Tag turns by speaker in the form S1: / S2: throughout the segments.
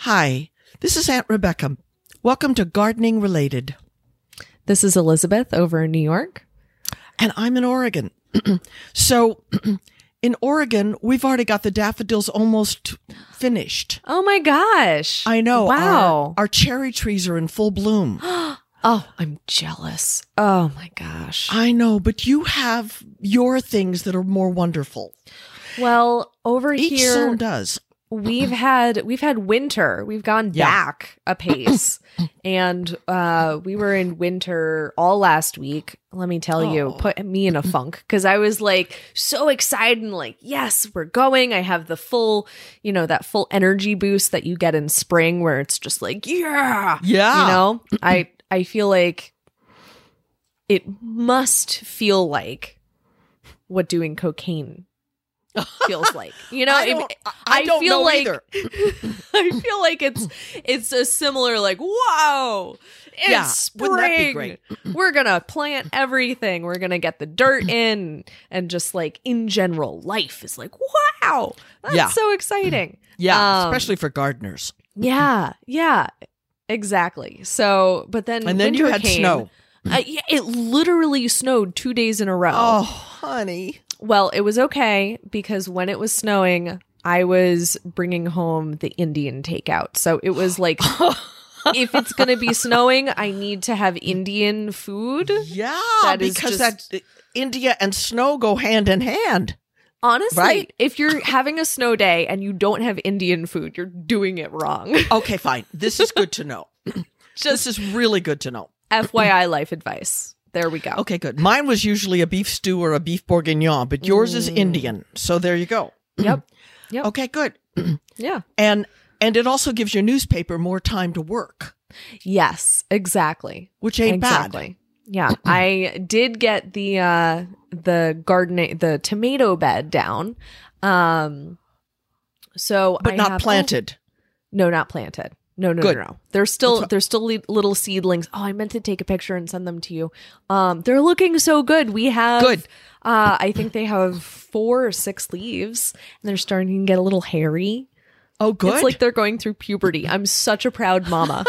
S1: Hi, this is Aunt Rebecca. Welcome to Gardening Related,
S2: This is Elizabeth over in New York.
S1: and I'm in Oregon. so, in Oregon, we've already got the daffodils almost finished.
S2: Oh my gosh.
S1: I know. our-
S2: Wow.
S1: Our, cherry trees are in full bloom.
S2: oh, I'm jealous. Oh my gosh.
S1: I know, but you have your things that are more wonderful.
S2: Well, over
S1: Each
S2: here
S1: zone does.
S2: we've had we've had winter. We've gone
S1: Yeah.
S2: back a pace. and uh we were in winter all last week. Let me tell you,
S1: Oh.
S2: put me in a funk cuz I was like so excited and like, yes, we're going. I have the full, you know, that full energy boost that you get in spring where it's just like, yeah.
S1: Yeah.
S2: you know i i feel like it must feel like what doing cocaine feels like you know
S1: I
S2: it-
S1: don't, I,
S2: I
S1: don't
S2: feel
S1: know
S2: like-
S1: either.
S2: i feel like it's it's a similar like whoa it's
S1: Yeah,
S2: spring
S1: wouldn't that be great?
S2: we're gonna plant everything we're gonna get the dirt in and just like in general life is like wow that's
S1: Yeah.
S2: so exciting
S1: Yeah,
S2: Um,
S1: especially for gardeners.
S2: yeah yeah exactly so but then
S1: And then you
S2: winter
S1: had
S2: came.
S1: snow.
S2: Uh, yeah, it literally snowed two days in a row.
S1: Oh, honey.
S2: Well, it was okay because when it was snowing, I was bringing home the Indian takeout. So it was like, if it's going to be snowing, I need to have Indian food.
S1: Yeah,
S2: That is
S1: because
S2: just-
S1: that India and snow go hand in hand.
S2: Honestly,
S1: Right.
S2: if you're having a snow day and you don't have Indian food, you're doing it wrong.
S1: Okay, fine. This is good to know. this is really good to know.
S2: FYI, life advice. There we go.
S1: Okay, good. Mine was usually a beef stew or a beef bourguignon, but yours is
S2: Mm.
S1: Indian. So there you go.
S2: Yep. Yep.
S1: Okay, good.
S2: Yeah.
S1: And and it also gives your newspaper more time to work,
S2: Yes, exactly.
S1: which ain't bad.
S2: exactly. Yeah, I did get the uh the garden the tomato bed down. Um so
S1: But
S2: I
S1: not
S2: have-
S1: planted.
S2: oh, no, not planted. No, no,
S1: Good.
S2: no, no. There's still
S1: That's what-
S2: there's still li- little seedlings. Oh, I meant to take a picture and send them to you. Um they're looking so good. We have
S1: Good.
S2: uh I think they have four or six leaves and they're starting to get a little hairy.
S1: Oh, good.
S2: It's like they're going through puberty. I'm such a proud mama.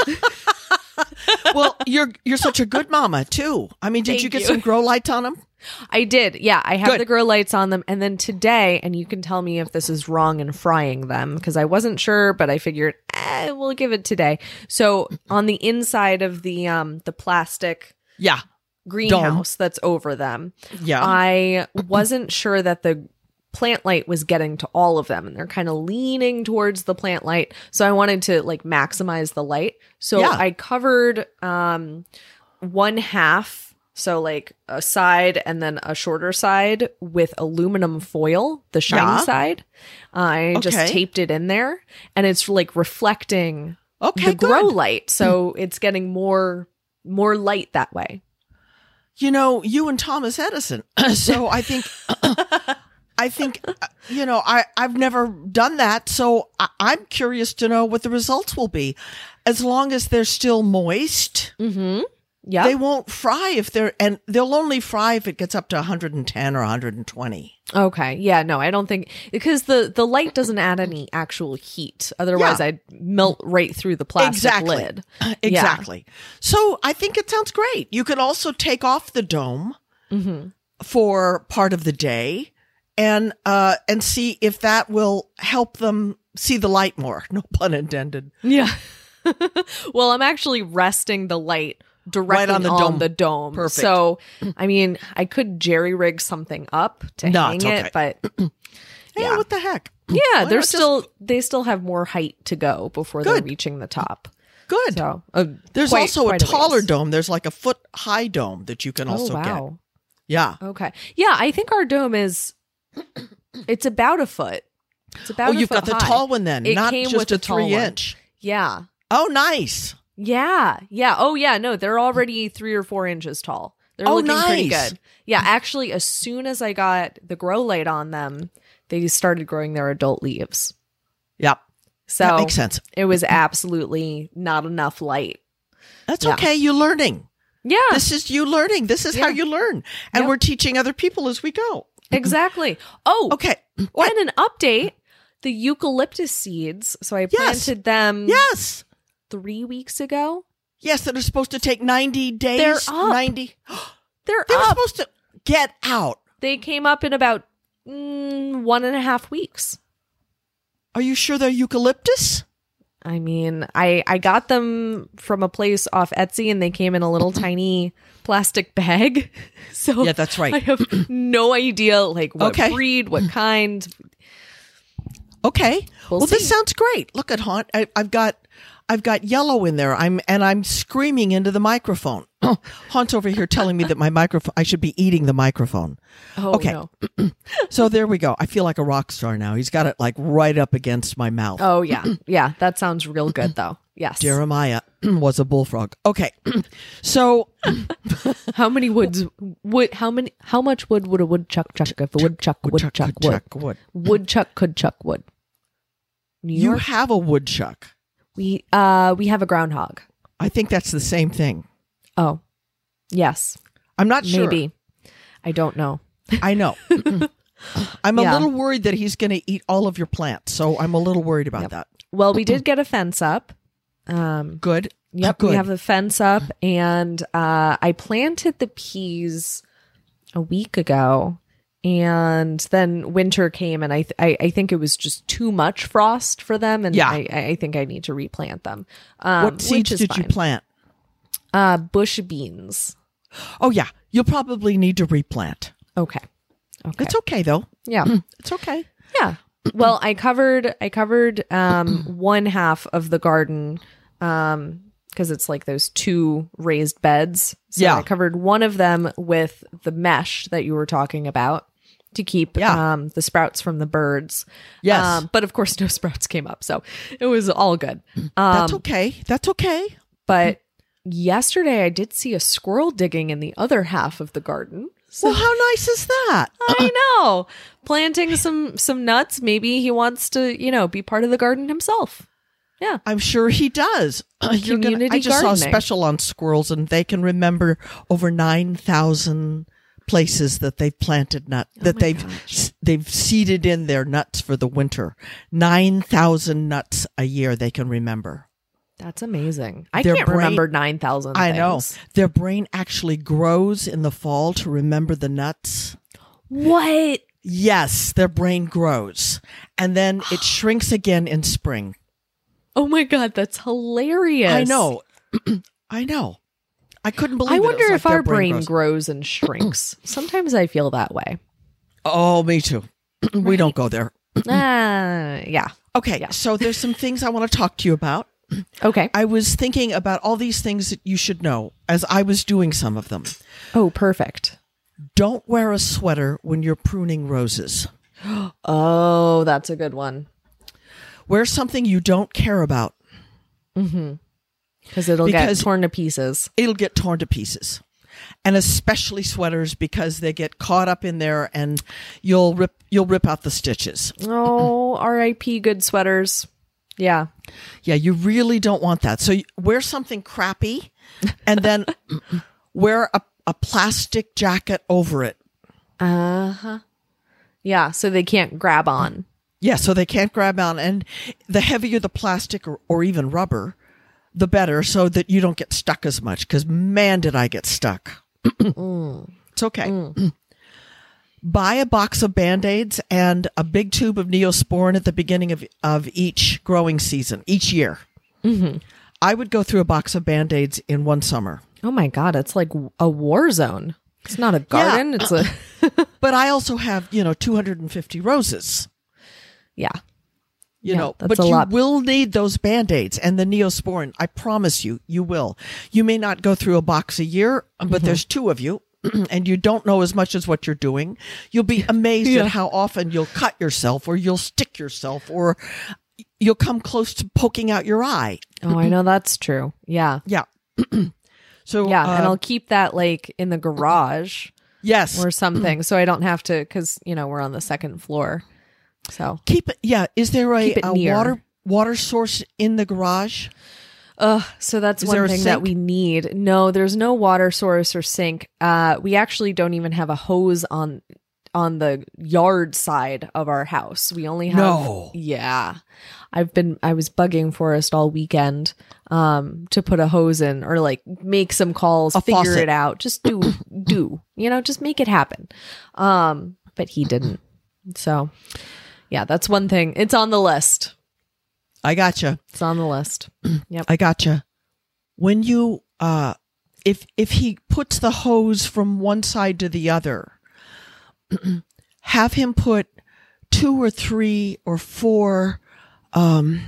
S1: well, you're you're such a good mama too. I mean, did
S2: Thank
S1: you get
S2: you.
S1: some grow lights on them?
S2: I did. Yeah, I have
S1: Good.
S2: the grow lights on them. And then today, and you can tell me if this is wrong in frying them because I wasn't sure, but I figured eh, we'll give it today. So on the inside of the um the plastic
S1: Yeah,
S2: greenhouse that's over them,
S1: yeah.
S2: Uh, I wasn't sure that the plant light was getting to all of them and they're kind of leaning towards the plant light so i wanted to like maximize the light so
S1: Yeah.
S2: i covered um one half so like a side and then a shorter side with aluminum foil the shiny
S1: Yeah.
S2: side i
S1: Okay.
S2: just taped it in there and it's like reflecting
S1: okay,
S2: the
S1: good.
S2: grow light so it's getting more more light that way
S1: you know, you and Thomas Edison. so I think, I think, uh, you know, I, I've never done that. So I, I'm curious to know what the results will be. As long as they're still moist,
S2: mm-hmm yeah
S1: they won't fry if they're, and they'll only fry if it gets up to 110 or 120.
S2: Okay. Yeah, no, I don't think because the the light doesn't add any actual heat. Otherwise,
S1: Yeah.
S2: I'd melt right through the plastic
S1: Exactly.
S2: lid.
S1: exactly. So I think it sounds great. You could also take off the dome
S2: hmm
S1: for part of the day and, uh, and see if that will help them see the light more. No pun intended.
S2: Yeah. well, I'm actually resting the light directly
S1: on
S2: on
S1: the
S2: the
S1: dome.
S2: dome.
S1: Perfect.
S2: So, I mean, I could jerry rig something up to
S1: No,
S2: hang
S1: it's
S2: it,
S1: okay.
S2: but
S1: Hey,
S2: Yeah.
S1: what the heck?
S2: yeah,
S1: not
S2: they're
S1: just-
S2: still they still have more height to go before they're
S1: Good.
S2: reaching the top.
S1: Good.
S2: So, uh,
S1: There's
S2: quite-
S1: also
S2: quite
S1: a taller
S2: ways.
S1: dome. There's like a foot high dome that you can also
S2: oh wow.
S1: get. Yeah.
S2: Okay. Yeah, I think our dome is it's about a foot. It's about
S1: oh,
S2: a
S1: you've got
S2: foot
S1: the
S2: high.
S1: tall one then,
S2: It
S1: not
S2: came
S1: just
S2: with
S1: a
S2: a tall
S1: three
S2: one.
S1: inch.
S2: Yeah.
S1: Oh, nice.
S2: Yeah. Yeah. Oh yeah, no, they're already 3 or 4 inches tall. They're
S1: Oh,
S2: looking pretty
S1: nice.
S2: good. Yeah, actually as soon as I got the grow light on them, they started growing their adult leaves.
S1: Yeah, that
S2: So
S1: makes sense.
S2: it was absolutely not enough light.
S1: That's
S2: yeah.
S1: okay. You're learning.
S2: Yeah,
S1: This is you learning. This is how
S2: Yeah.
S1: you learn, and
S2: Yep.
S1: we're teaching other people as we go.
S2: exactly. Oh,
S1: Okay. What?
S2: and an update. the eucalyptus seeds. So I
S1: Yes.
S2: planted them
S1: Yes.
S2: three weeks ago.
S1: Yes, that are supposed to take 90 days.
S2: They're up.
S1: 90.
S2: They're
S1: They were
S2: up.
S1: supposed to get out.
S2: They came up in about mm, one and a half weeks.
S1: Are you sure they're eucalyptus?
S2: I mean, I I got them from a place off Etsy, and they came in a little tiny plastic bag. So
S1: Yeah, that's right.
S2: I have no idea like what
S1: Okay.
S2: breed, what kind.
S1: Okay.
S2: We'll
S1: Well, this
S2: see.
S1: sounds great. Look at haunt. I, I've got, I've got yellow in there. I'm and I'm screaming into the microphone. Haunt's over here telling me that my microphone. I should be eating the microphone.
S2: Oh
S1: Okay.
S2: no!
S1: So there we go. I feel like a rock star now. He's got it like right up against my mouth.
S2: Oh yeah, yeah. That sounds real good though. Yes.
S1: Jeremiah was a bullfrog. Okay. so
S2: How many woods would how many how much wood would a woodchuck chuck if a woodchuck woodchuck
S1: chuck,
S2: wood
S1: chuck, wood.
S2: woodchuck could chuck wood? New
S1: You
S2: York.
S1: have a woodchuck.
S2: we uh we have a groundhog.
S1: I think that's the same thing.
S2: Oh, yes,
S1: I'm not sure.
S2: maybe. I don't know.
S1: I know. I'm a
S2: Yeah.
S1: little worried that he's going to eat all of your plants. So I'm a little worried about that.
S2: Well, we did get a fence up. Um,
S1: Good. Uh,
S2: yep,
S1: Good.
S2: we have a fence up, and uh, I planted the peas a week ago, and then winter came, and I th- I, I think it was just too much frost for them, and
S1: Yeah.
S2: I, I I think I need to replant them. Um,
S1: what seeds
S2: which is
S1: did you
S2: fine.
S1: plant?
S2: Uh, bush beans.
S1: Oh yeah, you'll probably need to replant.
S2: Okay. Okay.
S1: It's okay though.
S2: yeah.
S1: It's okay.
S2: Yeah. Well, I covered I covered um one half of the garden um because it's like those two raised beds. So
S1: Yeah.
S2: I covered one of them with the mesh that you were talking about to keep
S1: Yeah.
S2: um the sprouts from the birds. Um,
S1: Yes.
S2: but of course no sprouts came up. So it was all good. Um
S1: That's okay. That's okay.
S2: but yesterday I did see a squirrel digging in the other half of the garden. So
S1: well, how nice is that?
S2: I know. Planting some some nuts. Maybe he wants to, you know, be part of the garden himself. Yeah.
S1: I'm sure he does. You're gonna-
S2: Community
S1: I just saw a
S2: gardening.
S1: special on squirrels, and they can remember over nine thousand places that they've planted nut that
S2: Oh my
S1: they've
S2: gosh.
S1: they've seeded in their nuts for the winter. Nine thousand nuts a year they can remember.
S2: That's amazing. I
S1: Their
S2: can't
S1: brain-
S2: remember 9,000
S1: I know
S2: things.
S1: their brain actually grows in the fall to remember the nuts.
S2: What?
S1: Yes, their brain grows and then it shrinks again in spring.
S2: Oh my god, that's hilarious.
S1: I know. I know. I couldn't believe it.
S2: I
S1: It was
S2: wonder
S1: like
S2: if
S1: their
S2: our brain grows.
S1: grows.
S2: and shrinks. Sometimes I feel that way.
S1: Oh, me too. we don't go there.
S2: Ah, yeah.
S1: Okay,
S2: Yeah.
S1: so there's some things I want to talk to you about.
S2: Okay.
S1: I was thinking about all these things that you should know as I was doing some of them.
S2: Oh, perfect.
S1: Don't wear a sweater when you're pruning roses.
S2: Oh, that's a good one.
S1: Wear something you don't care about.
S2: Cuz it'll
S1: Because-
S2: get torn to pieces.
S1: it'll get torn to pieces. And especially sweaters because they get caught up in there and you'll rip you'll rip out the stitches.
S2: Oh, RIP good sweaters. Yeah.
S1: Yeah, you really don't want that. So you- wear something crappy and then wear a, a plastic jacket over it.
S2: Yeah, so they can't grab on.
S1: Yeah, so they can't grab on and the heavier the plastic or, or even rubber, the better so that you don't get stuck as much cuz man did I get stuck. It's okay. buy a box of band-aids and a big tube of neosporin at the beginning of, of each growing season each year i would go through a box of band-aids in one summer
S2: Oh my god, it's like a war zone. It's not a garden, it's a
S1: but i also have you know 250 roses
S2: yeah.
S1: you
S2: Yeah,
S1: know
S2: that's
S1: but
S2: a
S1: you
S2: lot.
S1: will need those band-aids and the neosporin i promise you you will you may not go through a box a year but
S2: Mm-hmm.
S1: there's two of you and you don't know as much as what you're doing you'll be amazed
S2: Yeah.
S1: at how often you'll cut yourself or you'll stick yourself or you'll come close to poking out your eye
S2: Oh, I know that's true. Yeah.
S1: yeah so
S2: Yeah, and
S1: uh,
S2: I'll keep that like in the garage
S1: yes
S2: or something so I don't have to cuz you know, we're on the second floor. So,
S1: keep it yeah is there a,
S2: Keep it
S1: a
S2: near.
S1: water water source in the garage
S2: uh so that's
S1: Is there
S2: one
S1: a
S2: thing that
S1: sink?
S2: we need. No, there's no water source or sink. Uh we actually don't even have a hose on on the yard side of our house. We only have
S1: No.
S2: Yeah. I've been I was bugging Forrest all weekend um to put a hose in or like make some calls,
S1: A
S2: figure
S1: faucet.
S2: it out. Just do do. You know, just make it happen. Um but he didn't. So yeah, that's one thing. It's on the list.
S1: I gotcha.
S2: It's on the list.
S1: I gotcha. When you uh if if he puts the hose from one side to the other, have him put two or three or four um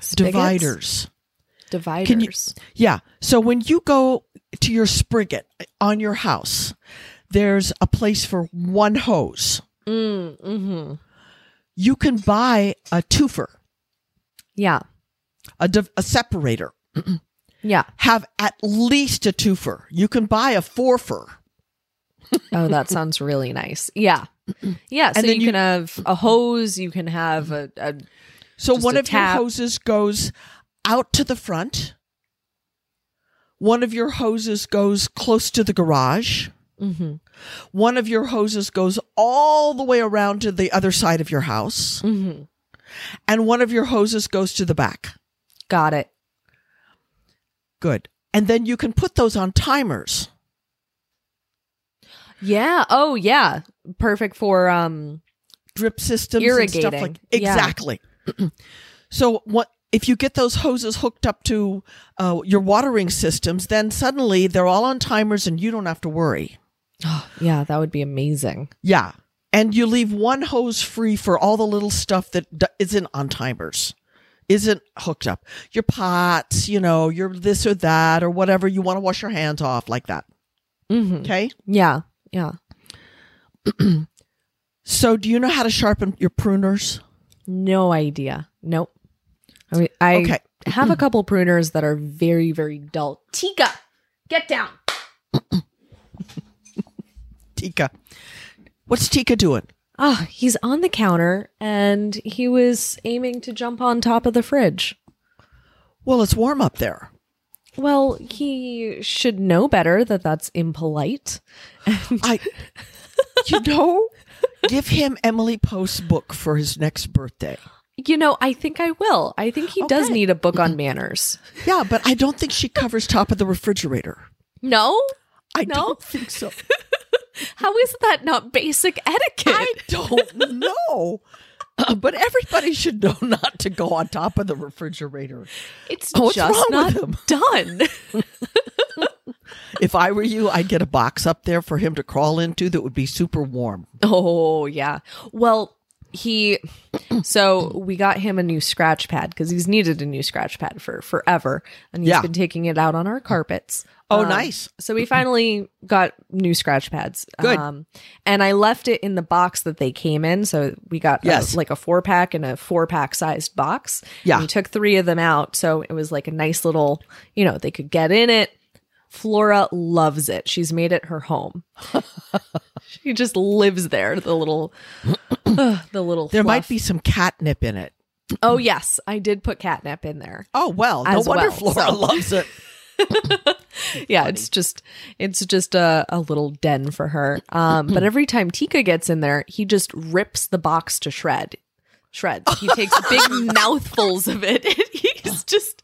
S2: Spigots?
S1: dividers.
S2: Dividers.
S1: Can you- Yeah. So when you go to your spigot on your house, there's a place for one hose.
S2: Mm, mm-hmm.
S1: You can buy a twofer,
S2: Yeah.
S1: a, div- a separator.
S2: Yeah.
S1: Have at least a twofer. You can buy a fourfer.
S2: Oh, that sounds really nice. Yeah. Yeah. So
S1: And
S2: you,
S1: then you-
S2: can have a hose, you can have a, a
S1: So
S2: Just
S1: one
S2: a
S1: of
S2: tap.
S1: your hoses goes out to the front. One of your hoses goes close to the garage.
S2: Mhm.
S1: One of your hoses goes all the way around to the other side of your house.
S2: Mhm.
S1: And one of your hoses goes to the back.
S2: got it.
S1: Good. And then you can put those on timers.
S2: Yeah. Oh, yeah. Perfect for um
S1: drip systems and
S2: Irrigating.
S1: stuff like
S2: Yeah.
S1: exactly. so what if you get those hoses hooked up to uh, your watering systems? Then suddenly they're all on timers, and you don't have to worry.
S2: oh, yeah, that would be amazing.
S1: Yeah, and you leave one hose free for all the little stuff that d- isn't on timers. Isn't hooked up. Your pots, you know, your this or that or whatever you want to wash your hands off like that.
S2: Mhm.
S1: Okay.
S2: Yeah. Yeah.
S1: So, do you know how to sharpen your pruners?
S2: No idea. Nope. I mean, I
S1: Okay.
S2: have a couple pruners that are very, very dull. Tika, get down.
S1: Tika. What's Tika doing?
S2: Ah, he's on the counter and he was aiming to jump on top of the fridge.
S1: Well, it's warm up there.
S2: Well, he should know better that that's impolite.
S1: I, you know, give him Emily Post's book for his next birthday.
S2: You know, I think I will. I think he does
S1: Okay.
S2: need a book on manners.
S1: Yeah, but I don't think she covers top of the refrigerator.
S2: No?
S1: I
S2: No?
S1: don't think so.
S2: How is that not basic etiquette?
S1: I don't know. Uh, but everybody should know not to go on top of the refrigerator.
S2: it's
S1: What's
S2: just
S1: wrong
S2: not
S1: with him?
S2: done.
S1: If I were you, I'd get a box up there for him to crawl into that would be super warm.
S2: Oh, yeah. Well, he so we got him a new scratch pad because he's needed a new scratch pad for forever and he's
S1: Yeah.
S2: been taking it out on our carpets.
S1: Oh,
S2: Um,
S1: nice.
S2: So we finally got new scratch pads.
S1: Good.
S2: Um, and I left it in the box that they came in. So we got a-
S1: Yes.
S2: like a four pack and a four pack sized box.
S1: Yeah.
S2: And we took three of them out. So it was like a nice little, you know, they could get in it. Flora loves it. She's made it her home. she just lives there. The little, ugh, the little.
S1: There might
S2: fluff.
S1: be some catnip in it.
S2: Oh yes, I did put catnip in there.
S1: Oh, well, no
S2: As
S1: wonder
S2: well,
S1: Flora
S2: so.
S1: loves it.
S2: yeah it's just it's just a, a little den for her um but every time tika gets in there he just rips the box to shred shreds he takes big mouthfuls of it and he's just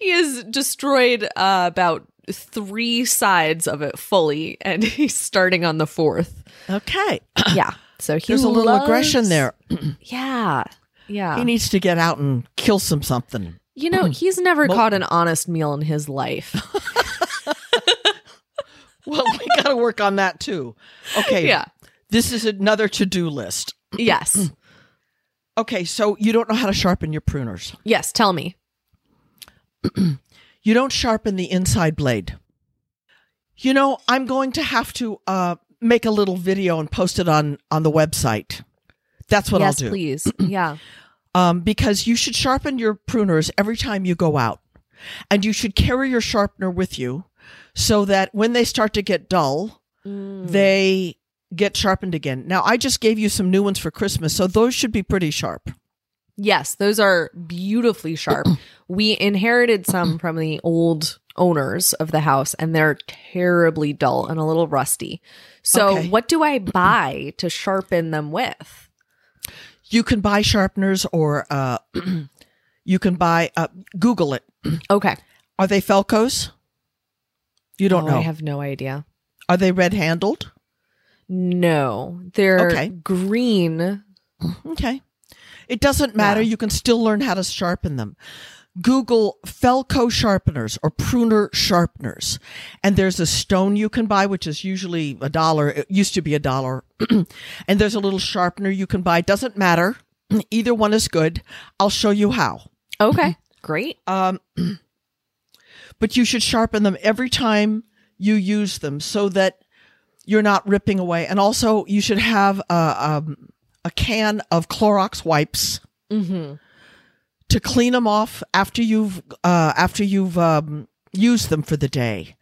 S2: he has destroyed uh, about three sides of it fully and he's starting on the fourth
S1: Okay.
S2: yeah so he
S1: There's a little
S2: loves-
S1: aggression there.
S2: yeah yeah
S1: He needs to get out and kill some something.
S2: you know he's never
S1: Mo-
S2: caught an honest meal in his life
S1: Well, we got to work on that too. Okay.
S2: yeah
S1: This is another to do list.
S2: yes
S1: Okay. So you don't know how to sharpen your pruners.
S2: yes tell me
S1: You don't sharpen the inside blade. You know, I'm going to have to uh, make a little video and post it on on the website. That's what
S2: yes
S1: I'll do.
S2: please yeah
S1: Um, because you should sharpen your pruners every time you go out, and you should carry your sharpener with you, so that when they start to get dull,
S2: Mm.
S1: they get sharpened again. Now, I just gave you some new ones for Christmas, so those should be pretty sharp.
S2: Yes, those are beautifully sharp. we inherited some from the old owners of the house and they're terribly dull and a little rusty. So,
S1: Okay.
S2: what do I buy to sharpen them with?
S1: You can buy sharpeners or uh, you can buy, uh, Google it.
S2: Okay.
S1: Are they Felcos? You don't
S2: Oh,
S1: know.
S2: I have no idea.
S1: Are they red handled?
S2: No, they're
S1: Okay.
S2: green.
S1: Okay. It doesn't matter.
S2: Yeah.
S1: You can still learn how to sharpen them. Google Felco sharpeners or pruner sharpeners. And there's a stone you can buy, which is usually a dollar. It used to be a dollar. and there's a little sharpener you can buy. Doesn't matter. Either one is good. I'll show you how.
S2: Okay. Great.
S1: Um, but you should sharpen them every time you use them so that you're not ripping away. And also, you should have a, um, a can of Clorox wipes
S2: Mm-hmm.
S1: to clean them off after you've uh, after you've um, used them for the day,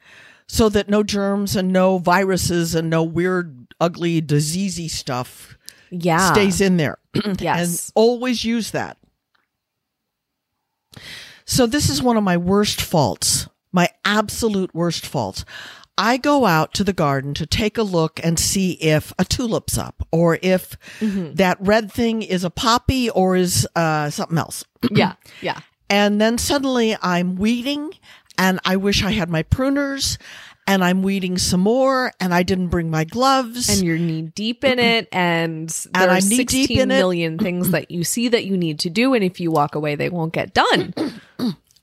S1: so that no germs and no viruses and no weird, ugly, diseasey stuff
S2: Yeah.
S1: stays in there
S2: yes.
S1: and always use that. So this is one of my worst faults, my absolute worst faults. I go out to the garden to take a look and see if a tulip's up or if
S2: Mm-hmm.
S1: that red thing is a poppy or is uh, something else.
S2: yeah. Yeah.
S1: And then suddenly I'm weeding and I wish I had my pruners and I'm weeding some more and I didn't bring my gloves.
S2: And you're knee deep in it, and there
S1: And
S2: are
S1: I'm knee deep
S2: 16
S1: in it.
S2: million things that you see that you need to do, and if you walk away, they won't get done.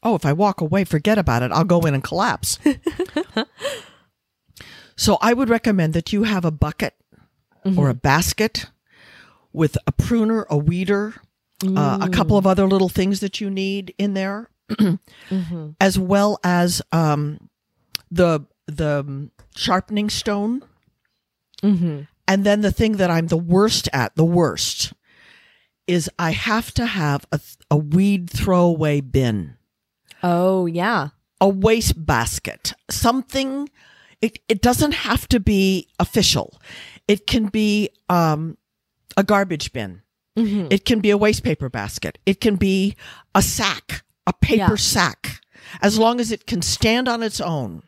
S1: oh, if I walk away, forget about it. I'll go in and collapse. so I would recommend that you have a bucket or a basket with a pruner, a weeder, uh, a couple of other little things that you need in there, as well as um, the the um, sharpening stone. Mm-hmm. And then the thing that I'm the worst at, the worst, is I have to have a, th- a weed throwaway bin
S2: Oh, yeah.
S1: a wastebasket, something. It, it doesn't have to be official. It can be um, a garbage bin.
S2: Mm-hmm, Mm.
S1: It can be a waste paper basket. It can be a sack, a paper
S2: Yeah.
S1: sack, as long as it can stand on its own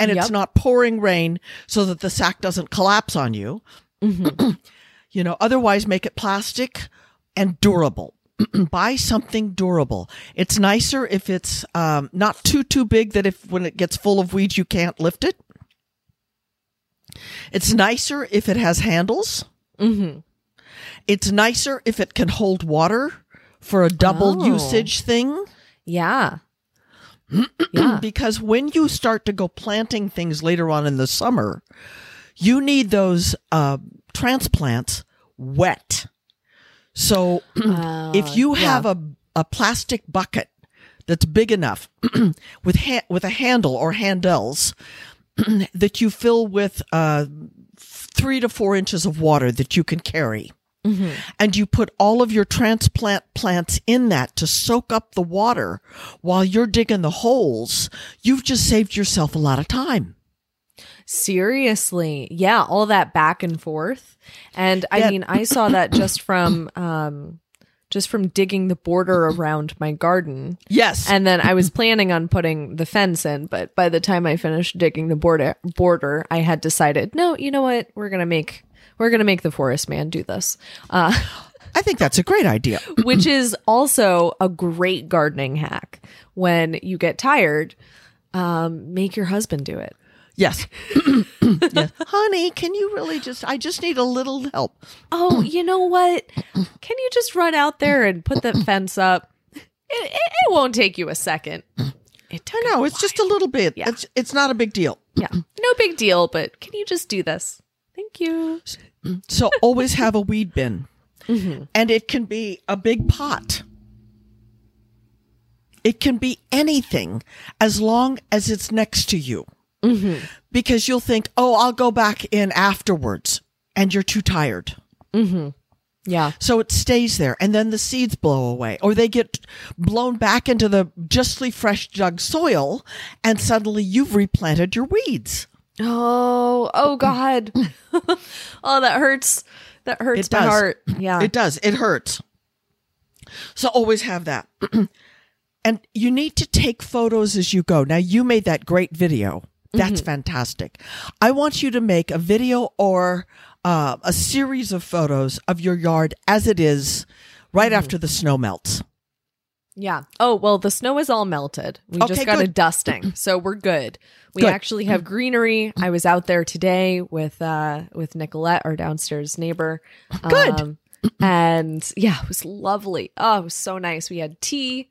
S1: and it's
S2: Yep.
S1: not pouring rain so that the sack doesn't collapse on you.
S2: Mm-hmm.
S1: you know, otherwise, make it plastic and durable. Buy something durable. It's nicer if it's um, not too too big that if when it gets full of weeds you can't lift it. It's nicer if it has handles.
S2: Mm-hmm.
S1: It's nicer if it can hold water for a double
S2: Oh.
S1: usage thing.
S2: Yeah. yeah.
S1: Because when you start to go planting things later on in the summer, you need those uh, transplants wet. So if
S2: Uh,
S1: you have a, a plastic bucket that's big enough with ha- with a handle or handles that you fill with uh, three to four inches of water that you can carry, and you put all of your transplant plants in that to soak up the water while you're digging the holes, you've just saved yourself a lot of time.
S2: Seriously. Yeah, all that back and forth. And I
S1: Yeah.
S2: mean, I saw that just from um just from digging the border around my garden.
S1: Yes,
S2: And then I was planning on putting the fence in, but by the time I finished digging the border border, I had decided, no, you know what? We're going to make we're going to make the forest man do this. Uh
S1: I think that's a great idea.
S2: which is also a great gardening hack. When you get tired, um make your husband do it.
S1: Yes. yes. Honey, can you really just I just need a little help.
S2: oh, you know what? Can you just run out there and put that fence up? It, it, it won't take you a second. It took
S1: No, it's just a little bit.
S2: Yeah.
S1: It's it's not a big deal.
S2: yeah, no big deal. But can you just do this? Thank you.
S1: So always have a weed bin. And it can be a big pot. It can be anything as long as it's next to you. Because you'll think, oh, I'll go back in afterwards. And you're too tired.
S2: Yeah,
S1: So it stays there. And then the seeds blow away or they get blown back into the justly fresh dug soil. And suddenly you've replanted your weeds.
S2: Oh, oh God. oh, that hurts. That hurts
S1: It
S2: my
S1: does.
S2: heart. Yeah.
S1: It does. It hurts. So always have that. And you need to take photos as you go. Now, you made that great video.
S2: Mm-hmm.
S1: That's fantastic. I want you to make a video or uh, a series of photos of your yard as it is right
S2: Mm-hmm.
S1: after the snow melts.
S2: Yeah. Oh, well, the snow is all melted. We
S1: Okay,
S2: just got a
S1: good.
S2: dusting, so we're good. We
S1: Good.
S2: actually have greenery. I was out there today with uh with Nicolette, our downstairs neighbor.
S1: Good.
S2: Um, and yeah, it was lovely. Oh, it was so nice. We had tea.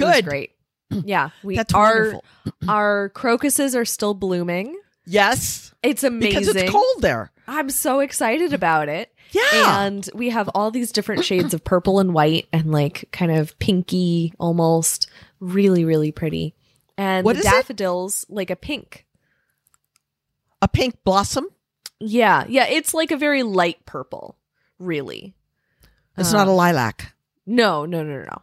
S2: It was
S1: Good.
S2: great. Yeah, we
S1: That's
S2: our
S1: wonderful.
S2: our crocuses are still blooming.
S1: Yes.
S2: It's amazing.
S1: Because it's cold there.
S2: I'm so excited about it.
S1: Yeah.
S2: And we have all these different shades of purple and white and like kind of pinky almost. Really, really pretty. And
S1: What
S2: the
S1: is it?
S2: daffodils, like a pink.
S1: a pink blossom.
S2: Yeah. Yeah. It's like a very light purple, really.
S1: It's
S2: Uh,
S1: not a lilac.
S2: No, no, no, no, no.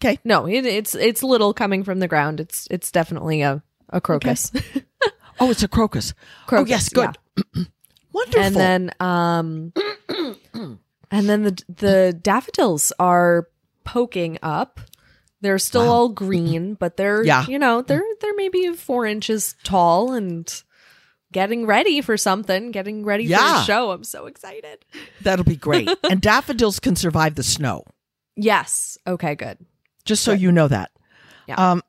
S1: 'Kay.
S2: No, it, it's it's little coming from the ground. It's it's definitely a, a crocus.
S1: Oh, it's a crocus. oh,
S2: crocus.
S1: yes,
S2: yeah.
S1: good. Wonderful.
S2: and then um and then the the daffodils are poking up they're still
S1: Wow. Mm-hmm.
S2: all green but they're
S1: Yeah. Mm-hmm.
S2: you know they're they're maybe four inches tall and getting ready for something getting ready for
S1: Yeah.
S2: the show i'm so excited
S1: That'll be great. and daffodils can survive the snow.
S2: yes okay good
S1: just so you know that.
S2: Yeah.
S1: Um,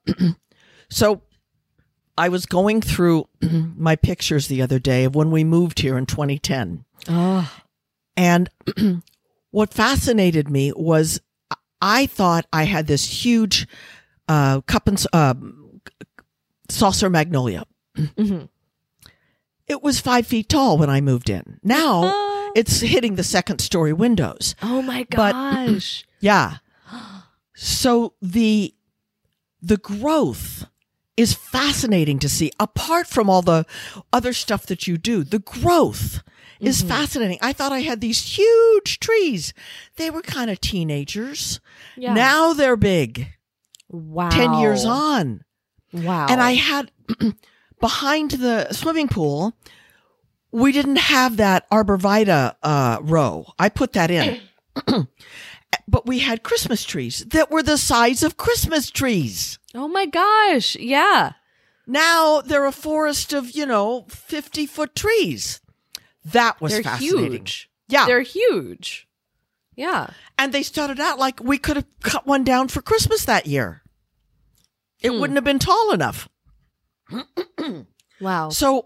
S1: so I was going through my pictures the other day of when we moved here in 2010.
S2: oh
S1: And what fascinated me was I thought I had this huge uh, cup and s- um, saucer magnolia.
S2: Mm-hmm.
S1: It was five feet tall when I moved in. Now it's hitting the second story windows.
S2: Uh, oh my
S1: but- mm-hmm.
S2: gosh
S1: Yeah. So the the growth is fascinating to see apart from all the other stuff that you do. The growth
S2: Mm-hmm.
S1: is fascinating. I thought I had these huge trees. They were kind of teenagers.
S2: yeah
S1: Now they're big.
S2: wow
S1: 10 years on.
S2: wow
S1: And I had behind the swimming pool, we didn't have that arborvita uh, row. I put that in. but we had Christmas trees that were the size of Christmas trees.
S2: oh my gosh yeah
S1: Now they're a forest of, you know, 50 foot trees. That was
S2: they're
S1: fascinating.
S2: huge
S1: Yeah.
S2: they're huge yeah
S1: and they started out like we could have cut one down for Christmas that year. It
S2: Hmm.
S1: wouldn't have been tall enough.
S2: Wow.
S1: So,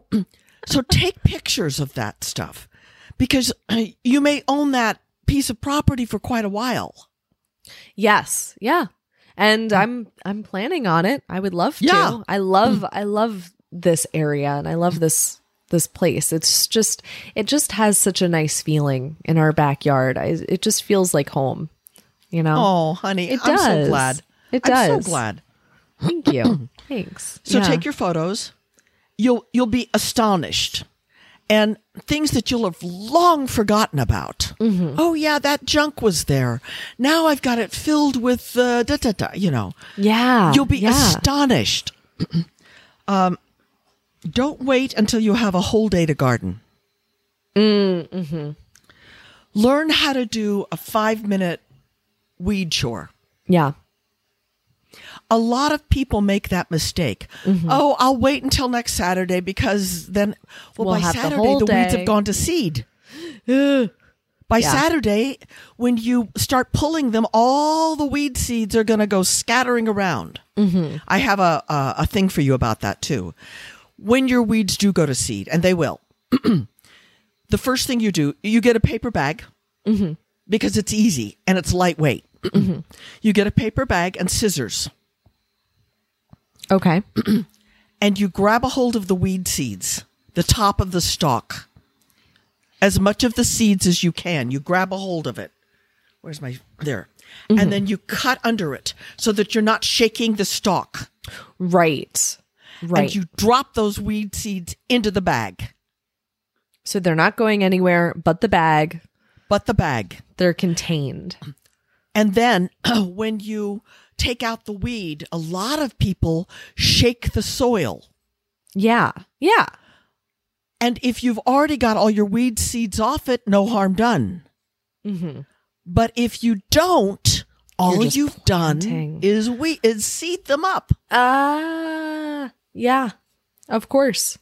S1: so take pictures of that stuff because uh, you may own that piece of property for quite a while.
S2: yes. Yeah. And I'm I'm planning on it. I would love
S1: Yeah. Mm.
S2: to. I love I love this area and I love this this place. It's just it just has such a nice feeling in our backyard. I, it just feels like home. You know.
S1: Oh, honey,
S2: it
S1: I'm
S2: does.
S1: so glad.
S2: It does.
S1: I'm so glad.
S2: Thank you. Thanks.
S1: So
S2: Yeah.
S1: take your photos. You'll you'll be astonished, and things that you'll have long forgotten about. Oh yeah, that junk was there. Now I've got it filled with uh, da da da. You know.
S2: Yeah.
S1: You'll be
S2: yeah.
S1: astonished. um, don't wait until you have a whole day to garden.
S2: mm-hmm.
S1: Mm, hmm Learn how to do a five minute weed chore.
S2: Yeah.
S1: A lot of people make that mistake.
S2: Mm-hmm.
S1: Oh, I'll wait until next Saturday because then, well,
S2: We'll
S1: by
S2: have the
S1: Saturday,
S2: whole
S1: the, weeds
S2: day.
S1: have gone to seed. by Saturday, when you start pulling them, all the weed seeds are going to go scattering around.
S2: Mm-hmm.
S1: I have a, a, a thing for you about that too. When your weeds do go to seed, and they will, the first thing you do, you get a paper bag
S2: Mm-hmm.
S1: because it's easy and it's lightweight. You get a paper bag and scissors,
S2: Okay.
S1: and you grab a hold of the weed seeds, the top of the stalk, as much of the seeds as you can. You grab a hold of it. Where's my there? And then you cut under it so that you're not shaking the stalk.
S2: Right. Right.
S1: and you drop those weed seeds into the bag,
S2: so they're not going anywhere but the bag.
S1: but the bag.
S2: They're contained.
S1: And then when you take out the weed, a lot of people shake the soil.
S2: Yeah. Yeah.
S1: And if you've already got all your weed seeds off it, no harm done.
S2: Mhm.
S1: But if you don't, all
S2: just
S1: you've
S2: planting.
S1: done is we is seed them up.
S2: Ah, yeah, of course.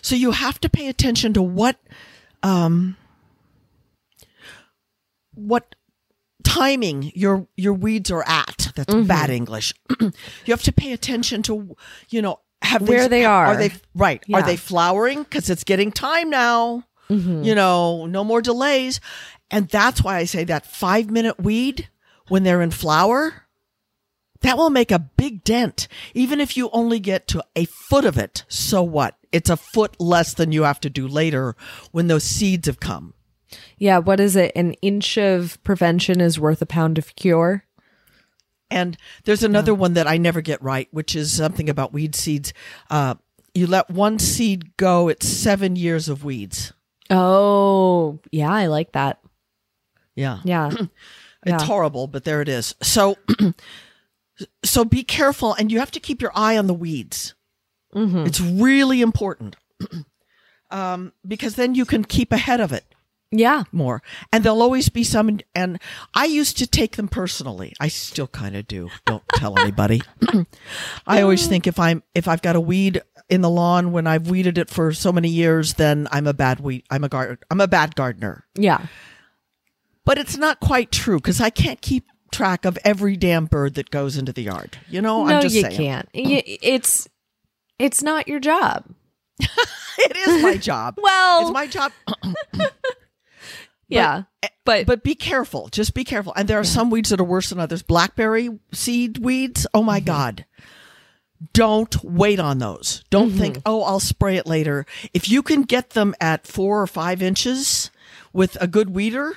S1: So you have to pay attention to what um what timing your your weeds are at. That's
S2: Mm-hmm.
S1: bad English. you have to pay attention to you know have
S2: Where they
S1: Are
S2: are.
S1: they right? Are
S2: Yeah.
S1: they flowering? Because it's getting time now. You know, no more delays, and that's why I say that five minute weed when they're in flower. That will make a big dent. Even if you only get to a foot of it, so what? It's a foot less than you have to do later when those seeds have come.
S2: Yeah, what is it? An inch of prevention is worth a pound of cure.
S1: And there's another one that I never get right, which is something about weed seeds. Uh, you let one seed go, it's seven years of weeds.
S2: Oh, yeah, I like that.
S1: Yeah.
S2: Yeah.
S1: It's
S2: Yeah.
S1: horrible, but there it is. So, so be careful, and you have to keep your eye on the weeds.
S2: Mhm.
S1: It's really important um, because then you can keep ahead of it.
S2: Yeah.
S1: more. And there'll always be some. And, I used to take them personally. I still kind of do. Don't tell anybody. I always think if I'm if I've got a weed in the lawn when I've weeded it for so many years, then I'm a bad weed. I'm a gar- I'm a bad gardener.
S2: Yeah.
S1: But it's not quite true because I can't keep track of every damn bird that goes into the yard. You know,
S2: no,
S1: I'm just
S2: you
S1: saying
S2: can't. Y- It's it's not your job.
S1: it is my job.
S2: Well,
S1: it's my job.
S2: yeah, but,
S1: But be careful. Just be careful. And there are some weeds that are worse than others. Blackberry seed weeds. Oh my God. Don't wait on those. Don't think, oh, I'll spray it later. If you can get them at four or five inches with a good weeder,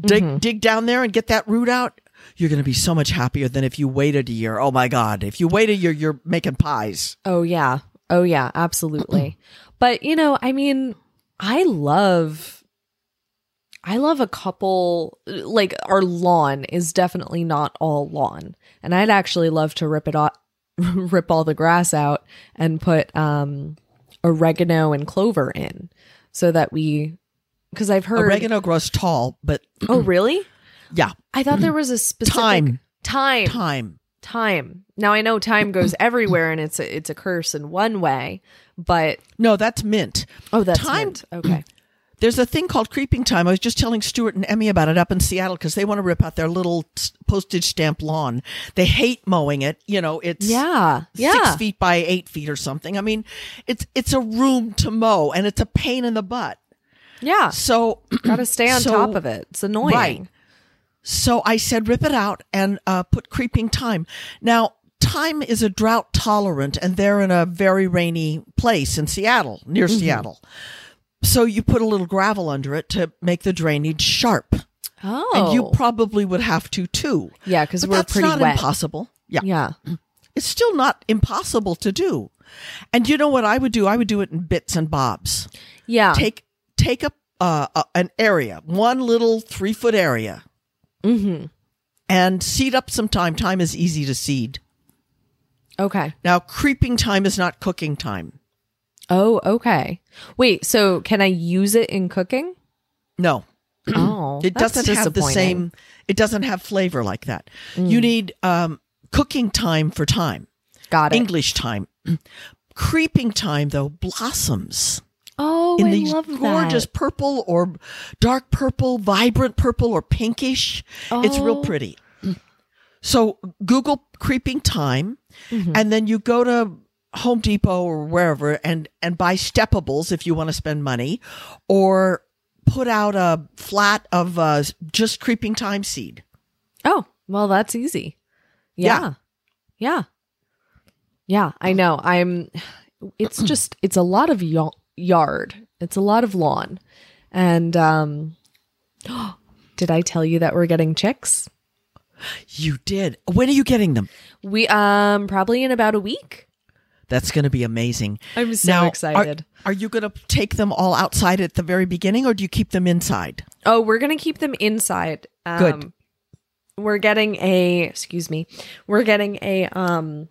S1: dig, dig down there and get that root out. You're going to be so much happier than if you waited a year. Oh my God. If you wait a year, you're making pies.
S2: oh yeah, oh yeah, absolutely. but you know, I mean, I love, I love a couple. Like our lawn is definitely not all lawn, and I'd actually love to rip it off, rip all the grass out, and put um oregano and clover in, so that we, because I've heard.
S1: Oregano grows tall, but
S2: oh really?
S1: yeah,
S2: I thought there was a specific
S1: Time.
S2: Time.
S1: time.
S2: time. Now I know time goes everywhere and it's a, it's a curse in one way, but
S1: No, that's mint.
S2: oh, that's
S1: Time-
S2: meant. Okay.
S1: There's a thing called creeping time. I was just telling Stuart and Emmy about it up in Seattle because they want to rip out their little s- postage stamp lawn. They hate mowing it. You know, it's
S2: Yeah.
S1: six
S2: Yeah.
S1: feet by eight feet or something. I mean, it's it's a room to mow and it's a pain in the butt.
S2: Yeah.
S1: So
S2: Got to stay on
S1: So-
S2: top of it. It's annoying.
S1: Right. so I said rip it out and uh, put creeping time. Now time is a drought tolerant, and they're in a very rainy place in Seattle, near
S2: Mm-hmm.
S1: Seattle. So you put a little gravel under it to make the drainage sharp.
S2: Oh.
S1: and you probably would have to too.
S2: yeah, because
S1: But
S2: we're
S1: that's
S2: pretty
S1: not
S2: wet.
S1: impossible. Yeah.
S2: Yeah.
S1: it's still not impossible to do. And you know what I would do? I would do it in bits and bobs.
S2: Yeah.
S1: Take take a, uh, a an area, one little three foot area,
S2: mm-hmm.
S1: and seed up some time. Time is easy to seed.
S2: Okay.
S1: Now, creeping time is not cooking time.
S2: Oh, okay. Wait, so can I use it in cooking?
S1: No,
S2: oh.
S1: Mm-hmm. it
S2: that's
S1: doesn't have the
S2: disappointing. Mm.
S1: same. It doesn't have flavor like that. You need um, cooking time for time.
S2: Got it.
S1: English time. Creeping time, though, blossoms
S2: oh,
S1: in
S2: I
S1: these
S2: love
S1: gorgeous
S2: that.
S1: purple or dark purple, vibrant purple or pinkish. It's real
S2: Oh.
S1: pretty. So Google creeping time,
S2: Mm-hmm.
S1: and then you go to Home Depot or wherever and and buy steppables if you want to spend money, or put out a flat of uh, just creeping time seed.
S2: Oh, well, that's easy.
S1: Yeah.
S2: Yeah. Yeah. Yeah, I know. I'm it's just it's a lot of ya- yard. It's a lot of lawn. And um did I tell you that we're getting chicks?
S1: You did. When are you getting them?
S2: We um probably in about a week.
S1: That's going to be amazing.
S2: I'm so
S1: Now, are-
S2: excited.
S1: Are, you going to take them all outside at the very beginning, or do you keep them inside?
S2: Oh, we're gonna keep them inside. Um,
S1: Good.
S2: We're getting a excuse me. We're getting a um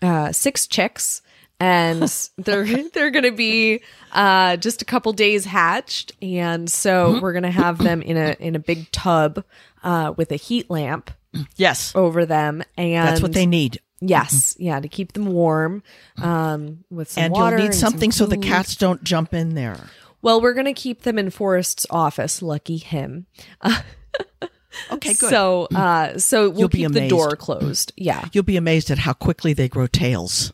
S2: uh six chicks, and they're they're going to be uh, just a couple days hatched, and so we're going to have them in a in a big tub uh, with a heat lamp
S1: Yes.
S2: over them, and
S1: That's what they need. Mm-hmm.
S2: yes, yeah, to keep them warm um, with some
S1: And
S2: water
S1: you'll need
S2: and some
S1: something so the
S2: food.
S1: cats don't jump in there.
S2: Well, we're going to keep them in Forrest's office. Lucky him.
S1: Okay, good.
S2: So, uh, so we'll
S1: You'll be
S2: keep the
S1: amazed.
S2: door closed. Yeah,
S1: You'll be amazed at how quickly they grow tails.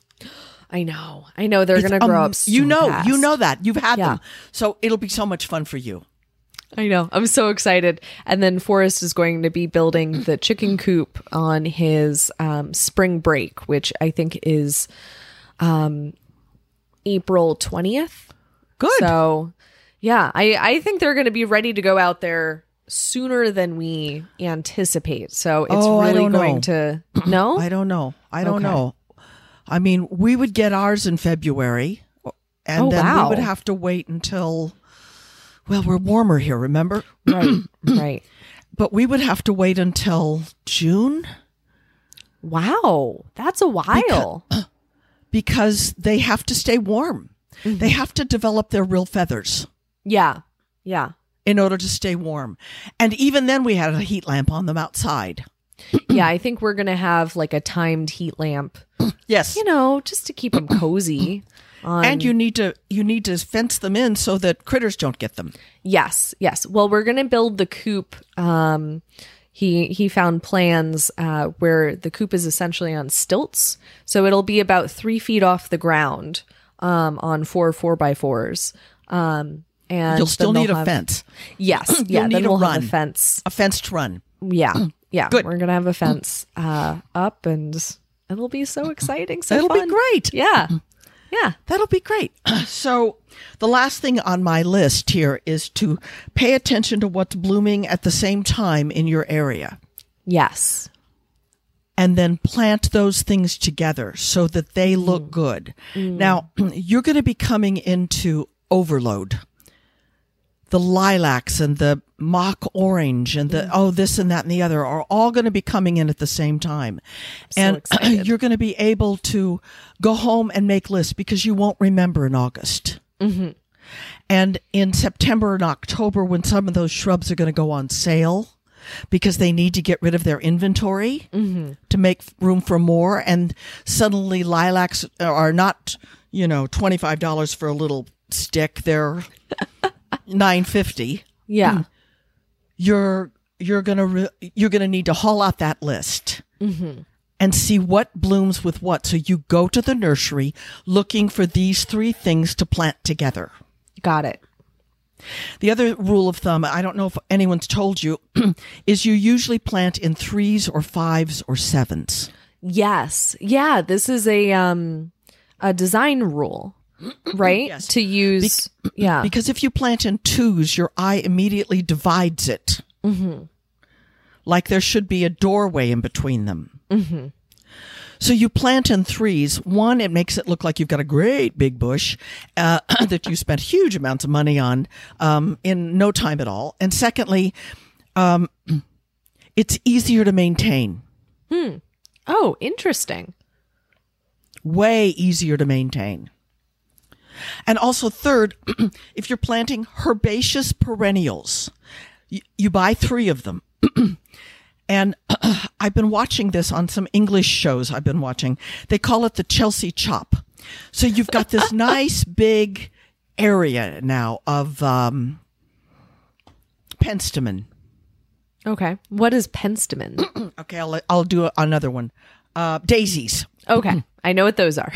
S2: I know. I know they're
S1: It's
S2: going to grow
S1: am-
S2: up. so
S1: you know, you
S2: fast.
S1: know that you've had
S2: Yeah.
S1: them, so it'll be so much fun for you.
S2: I know. I'm so excited. And then Forrest is going to be building the chicken coop on his um, spring break, which I think is um, April 20th.
S1: Good.
S2: So, yeah, I, I think they're going to be ready to go out there sooner than we anticipate. So it's
S1: Oh, I
S2: really
S1: don't
S2: going
S1: know.
S2: to. No?
S1: I don't know. I don't
S2: Okay.
S1: know. I mean, we would get ours in February, and
S2: Oh,
S1: then
S2: wow.
S1: we would have to wait until. Well, we're warmer here, remember?
S2: right. Right.
S1: But we would have to wait until June
S2: Wow. That's a while.
S1: because they have to stay warm. They have to develop their real feathers
S2: yeah. Yeah.
S1: in order to stay warm. And even then, we had a heat lamp on them outside.
S2: Yeah. I think we're going to have like a timed heat lamp
S1: Yes.
S2: you know, just to keep them cozy. On,
S1: and you need to you need to fence them in so that critters don't get them.
S2: yes, yes. Well, we're gonna build the coop. Um, he he found plans uh, where the coop is essentially on stilts, so it'll be about three feet off the ground um, on four four by fours. Um, and
S1: You'll
S2: then
S1: still
S2: they'll
S1: need a
S2: have-
S1: fence,
S2: Yes, yeah.
S1: You'll
S2: then
S1: need a
S2: we'll have a
S1: run.
S2: fence.
S1: a fence to run.
S2: Yeah, yeah.
S1: Good.
S2: We're gonna have a fence uh, up, and it'll be so exciting. So
S1: That'll
S2: fun.
S1: be great. Mm-hmm.
S2: Yeah, yeah.
S1: That'll be great. So, the last thing on my list here is to pay attention to what's blooming at the same time in your area
S2: Yes.
S1: and then plant those things together so that they
S2: Mm.
S1: look good. Now, you're going to be coming into overload. The lilacs and the mock orange and
S2: Mm.
S1: the oh this and that and the other are all going to be coming in at the same time.
S2: so
S1: and
S2: excited.
S1: you're going to be able to go home and make lists because you won't remember in August. And in September and October, when some of those shrubs are going to go on sale because they need to get rid of their inventory to make room for more, and suddenly lilacs are not, you know, twenty five dollars for a little stick; they're nine fifty.
S2: Yeah.
S1: Mm. You're you're gonna re- you're gonna need to haul out that list and see what blooms with what. So you go to the nursery looking for these three things to plant together.
S2: Got it.
S1: The other rule of thumb, I don't know if anyone's told you, is you usually plant in threes or fives or sevens.
S2: Yes. Yeah, this is a um a design rule, right? To use yeah.
S1: Because if you plant in twos, your eye immediately divides it. Mm-hmm. Like there should be a doorway in between them. Mm-hmm. So you plant in threes. One, it makes it look like you've got a great big bush uh, that you spent huge amounts of money on um, in no time at all. And secondly, um, it's easier to maintain.
S2: oh, interesting.
S1: way easier to maintain. And also, third, if you're planting herbaceous perennials, you, you buy three of them. and I've been watching this on some English shows I've been watching. They call it the Chelsea chop. So you've got this nice big area now of um, penstemon.
S2: Okay. What is penstemon?
S1: Okay, I'll, I'll do another one. Uh, daisies.
S2: okay. I know what those are.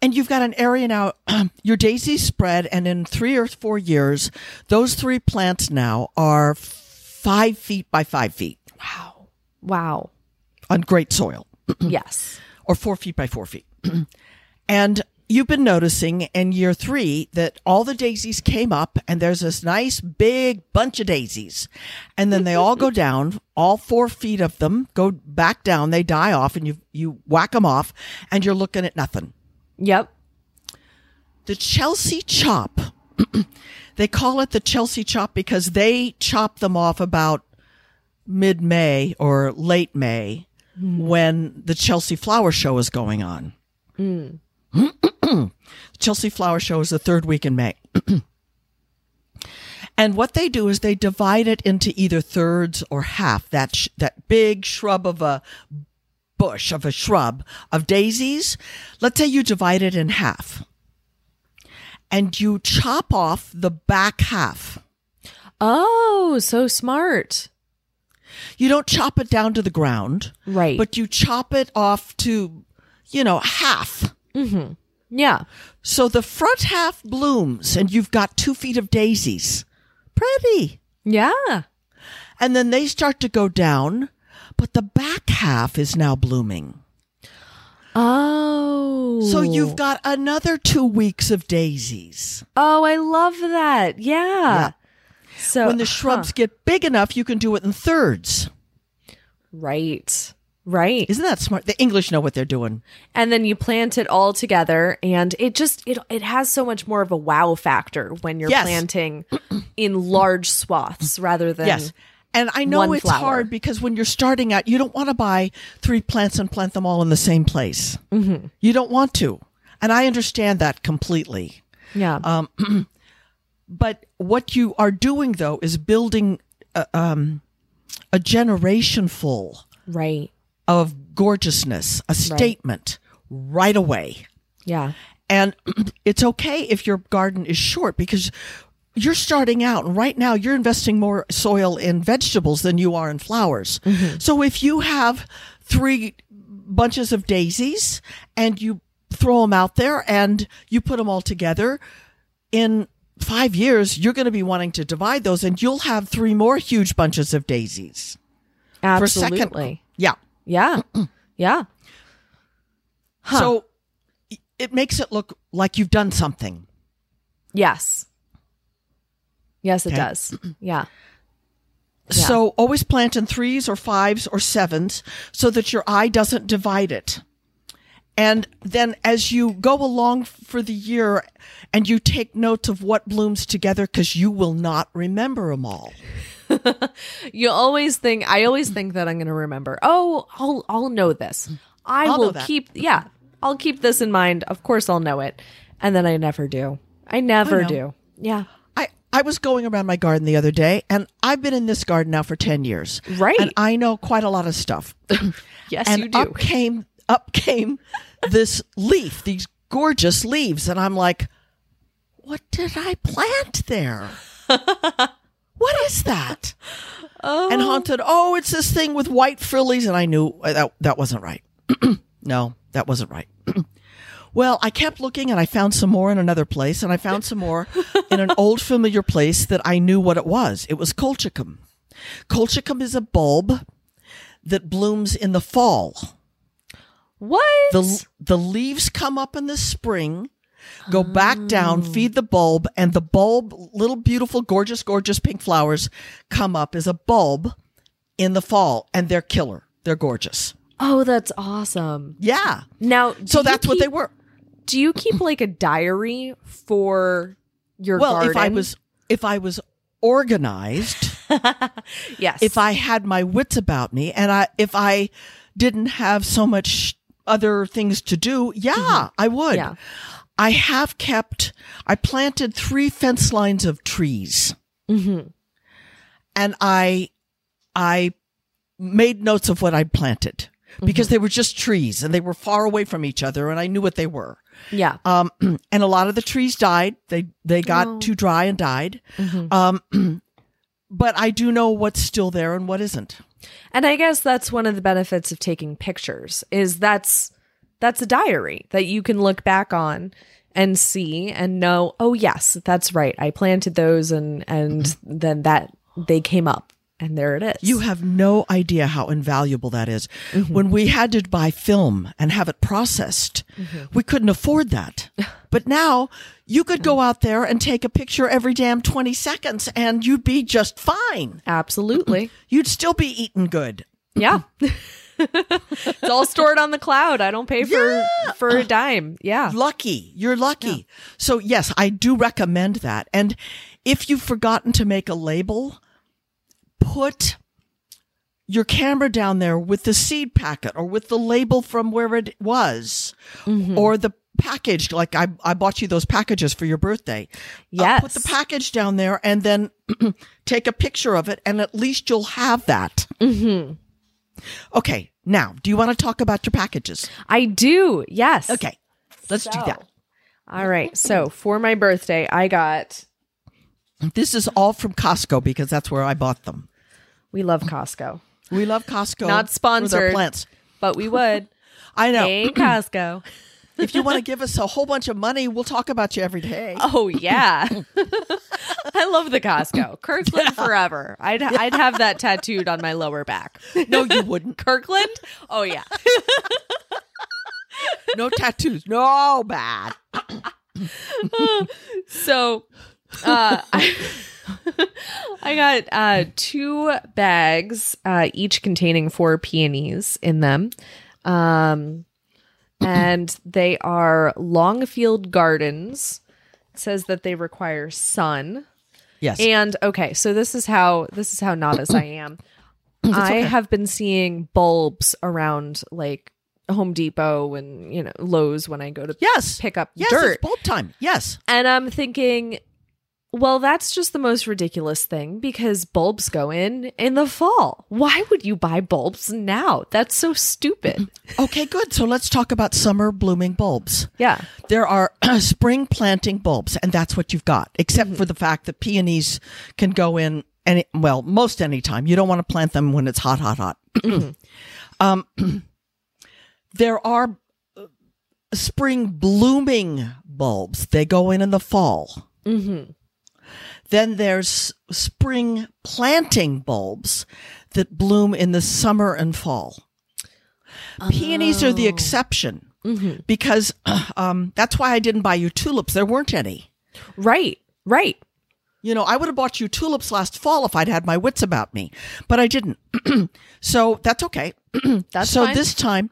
S1: and you've got an area now your daisies spread and in three or four years those three plants now are five feet by five feet
S2: Wow. Wow.
S1: on great soil
S2: yes.
S1: or four feet by four feet and you've been noticing in year three that all the daisies came up and there's this nice big bunch of daisies and then they all go down all four feet of them go back down they die off and you you whack them off and you're looking at nothing
S2: Yep.
S1: the Chelsea chop. they call it the Chelsea chop because they chop them off about mid May or late May when the Chelsea flower show is going on. Chelsea Flower Show is the third week in May. and what they do is they divide it into either thirds or half. That sh- that big shrub of a bush of a shrub of daisies, let's say you divide it in half. And you chop off the back half.
S2: Oh, so smart.
S1: You don't chop it down to the ground,
S2: Right.
S1: but you chop it off to, you know, half.
S2: yeah.
S1: So the front half blooms and you've got two feet of daisies. Pretty.
S2: Yeah.
S1: And then they start to go down, but the back half is now blooming.
S2: Oh.
S1: So you've got another two weeks of daisies.
S2: Oh, I love that. Yeah. So
S1: when the shrubs get big enough, you can do it in thirds.
S2: Right. Right.
S1: Isn't that smart? The English know what they're doing.
S2: and then you plant it all together and it just it it has so much more of a wow factor when you're
S1: Yes.
S2: planting in large swaths rather than
S1: Yes. And I know
S2: One
S1: it's
S2: flower.
S1: hard because when you're starting out, you don't want to buy three plants and plant them all in the same place. Mm-hmm. You don't want to. And I understand that completely.
S2: yeah
S1: Um, But what you are doing, though, is building a, um, a generation full
S2: right
S1: of gorgeousness, a statement right away.
S2: yeah
S1: And it's okay if your garden is short because you're starting out and right now you're investing more soil in vegetables than you are in flowers. So if you have three bunches of daisies and you throw them out there and you put them all together in five years, you're going to be wanting to divide those and you'll have three more huge bunches of daisies for
S2: absolutely
S1: second. Yeah.
S2: yeah yeah
S1: So it makes it look like you've done something.
S2: yes yes it
S1: Okay.
S2: does yeah Yeah.
S1: So always plant in threes or fives or sevens so that your eye doesn't divide it. And then as you go along for the year and you take notes of what blooms together, because you will not remember them all.
S2: you always think i always think that i'm going to remember oh i'll i'll know this i
S1: I'll know
S2: will
S1: that.
S2: keep yeah i'll keep this in mind of course i'll know it and then i never do i never
S1: know.
S2: do yeah
S1: I, I was going around my garden the other day and I've been in this garden now for 10 years.
S2: Right.
S1: And I know quite a lot of stuff.
S2: yes
S1: and
S2: you do
S1: up came up came this leaf, these gorgeous leaves, and I'm like, what did I plant there? what is that? And Han said, oh, it's this thing with white frillies, and I knew uh, that that wasn't right. no, that wasn't right. Well, I kept looking and I found some more in another place, and I found some more in an old familiar place that I knew what it was. It was colchicum. Colchicum is a bulb that blooms in the fall.
S2: What?
S1: The the leaves come up in the spring, go back down,
S2: Oh.
S1: feed the bulb, and the bulb, little beautiful, gorgeous, gorgeous pink flowers come up as a bulb in the fall, and they're killer. They're gorgeous.
S2: oh, that's awesome.
S1: Yeah.
S2: Now, do
S1: So
S2: you
S1: that's what
S2: keep-
S1: they were.
S2: Do you keep like a diary for your
S1: Well,
S2: garden?
S1: if I was if I was organized,
S2: yes,
S1: if I had my wits about me, and I if I didn't have so much other things to do, yeah, I would.
S2: Mm-hmm. Yeah.
S1: I have kept, I planted three fence lines of trees.
S2: Mm-hmm.
S1: And I, I made notes of what I planted because
S2: Mm-hmm.
S1: they were just trees and they were far away from each other and I knew what they were.
S2: yeah,
S1: Um, and a lot of the trees died. They, they got
S2: Oh. Mm-hmm.
S1: too dry and died. Um, but I do know what's still there and what isn't.
S2: and I guess that's one of the benefits of taking pictures is that's that's a diary that you can look back on and see and know. Oh, yes, that's right. I planted those, and and then that they came up, and there it is.
S1: Mm-hmm. You have no idea how invaluable that is. When we had to buy film and have it processed, we couldn't afford that. But now you could go out there and take a picture every damn 20 seconds and you'd be just fine.
S2: absolutely.
S1: You'd still be eating good.
S2: Yeah. it's all stored on the cloud. I don't pay for for a dime. Yeah.
S1: Lucky. You're lucky. So, yes, I do recommend that. And if you've forgotten to make a label, put your camera down there with the seed packet or with the label from where it was or the package like I, I bought you those packages for your birthday Uh,
S2: Yes.
S1: put the package down there and then take a picture of it and at least you'll have that okay now do you want to talk about your packages
S2: I do. Yes.
S1: okay let's do that
S2: All right. So for my birthday, I got.
S1: this is all from costco because that's where i bought them
S2: We love Costco,
S1: we love costco
S2: Not
S1: for their
S2: sponsored.
S1: plants
S2: but we would.
S1: i know
S2: Hey, Costco.
S1: if you want to give us a whole bunch of money we'll talk about you every day
S2: Oh yeah, I love the Costco. Kirkland forever. I'd I'd have that tattooed on my lower back.
S1: no you wouldn't
S2: Kirkland. Oh yeah.
S1: No tattoos. No bad.
S2: So, uh, I, I got uh, two bags, uh, each containing four peonies in them. Um, and they are Longfield Gardens. It says that they require sun.
S1: Yes.
S2: And okay, so this is how this is how novice I am. I have been seeing bulbs around like Home Depot and you know Lowe's when I go to
S1: yes.
S2: pick up
S1: Yes.
S2: dirt.
S1: It's bulb time. Yes.
S2: And I'm thinking, well, that's just the most ridiculous thing because bulbs go in in the fall. Why would you buy bulbs now? That's so stupid.
S1: Okay, good. So let's talk about summer blooming bulbs.
S2: yeah.
S1: There are spring planting bulbs, and that's what you've got, except for the fact that peonies can go in any, well, most any time. You don't want to plant them when it's hot, hot, hot. um, there are uh, spring blooming bulbs. They go in in the fall.
S2: Mm-hmm.
S1: Then there's spring planting bulbs that bloom in the summer and fall. Peonies are the
S2: Oh.
S1: exception
S2: Mhm.
S1: because um, that's why I didn't buy you tulips. There weren't any.
S2: Right. Right.
S1: You know, I would have bought you tulips last fall if I'd had my wits about me, but I didn't. so that's okay.
S2: That's
S1: so
S2: fine.
S1: this time,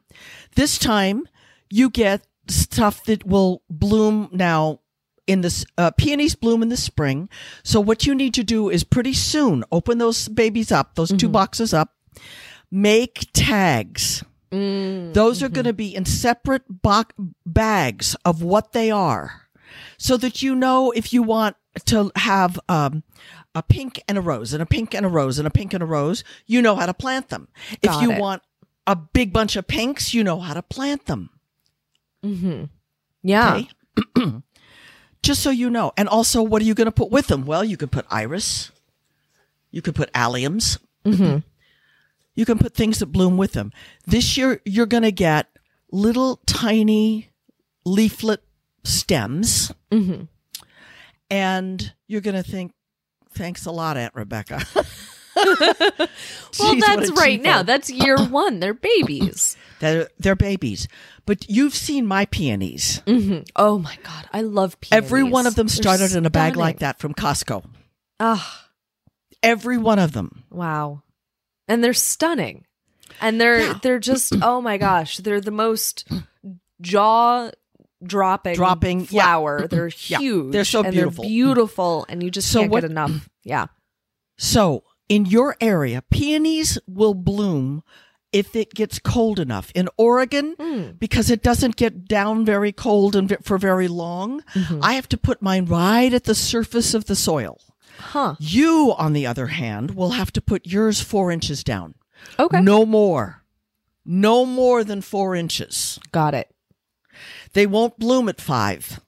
S1: this time you get stuff that will bloom now in this uh, peonies bloom in the spring. So what you need to do is pretty soon open those babies up, those
S2: Mm-hmm.
S1: two boxes up, make tags.
S2: Mm.
S1: Those are going to be in separate bo- bags of what they are so that you know if you want to have um, a pink and a rose and a pink and a rose and a pink and a rose, you know how to plant them. if
S2: Got
S1: you
S2: it.
S1: want a big bunch of pinks, you know how to plant them.
S2: Mhm. Yeah.
S1: Okay. Ah. Just so you know. And also, what are you going to put with them? Well, you can put iris, you could put alliums,
S2: Mhm.
S1: you can put things that bloom with them. This year, you're going to get little tiny leaflet stems,
S2: Mhm.
S1: and you're going to think, thanks a lot, Aunt Rebecca.
S2: Well,
S1: Jeez, what
S2: that's
S1: a
S2: right now.
S1: cheapo.
S2: That's year one. They're babies.
S1: They're, they're babies. But you've seen my peonies.
S2: hmm Oh my god, I love peonies.
S1: Every one of them
S2: They're
S1: started in a bag
S2: stunning.
S1: like that from Costco.
S2: Ah.
S1: Every one of them.
S2: Wow. And they're stunning. And they're
S1: Yeah.
S2: they're just oh my gosh, they're the most jaw dropping
S1: Dropping, yeah.
S2: flower. They're
S1: Yeah.
S2: huge.
S1: They're so
S2: and
S1: beautiful.
S2: They're beautiful and you just
S1: So
S2: can't
S1: what-
S2: get enough. Yeah.
S1: So, in your area, peonies will bloom if it gets cold enough. In Oregon,
S2: Mm.
S1: because it doesn't get down very cold and ve- for very long,
S2: Mm-hmm.
S1: I have to put mine right at the surface of the soil.
S2: Huh.
S1: You, on the other hand, will have to put yours four inches down.
S2: Okay.
S1: No more. No more than four inches.
S2: Got it.
S1: They won't bloom at five.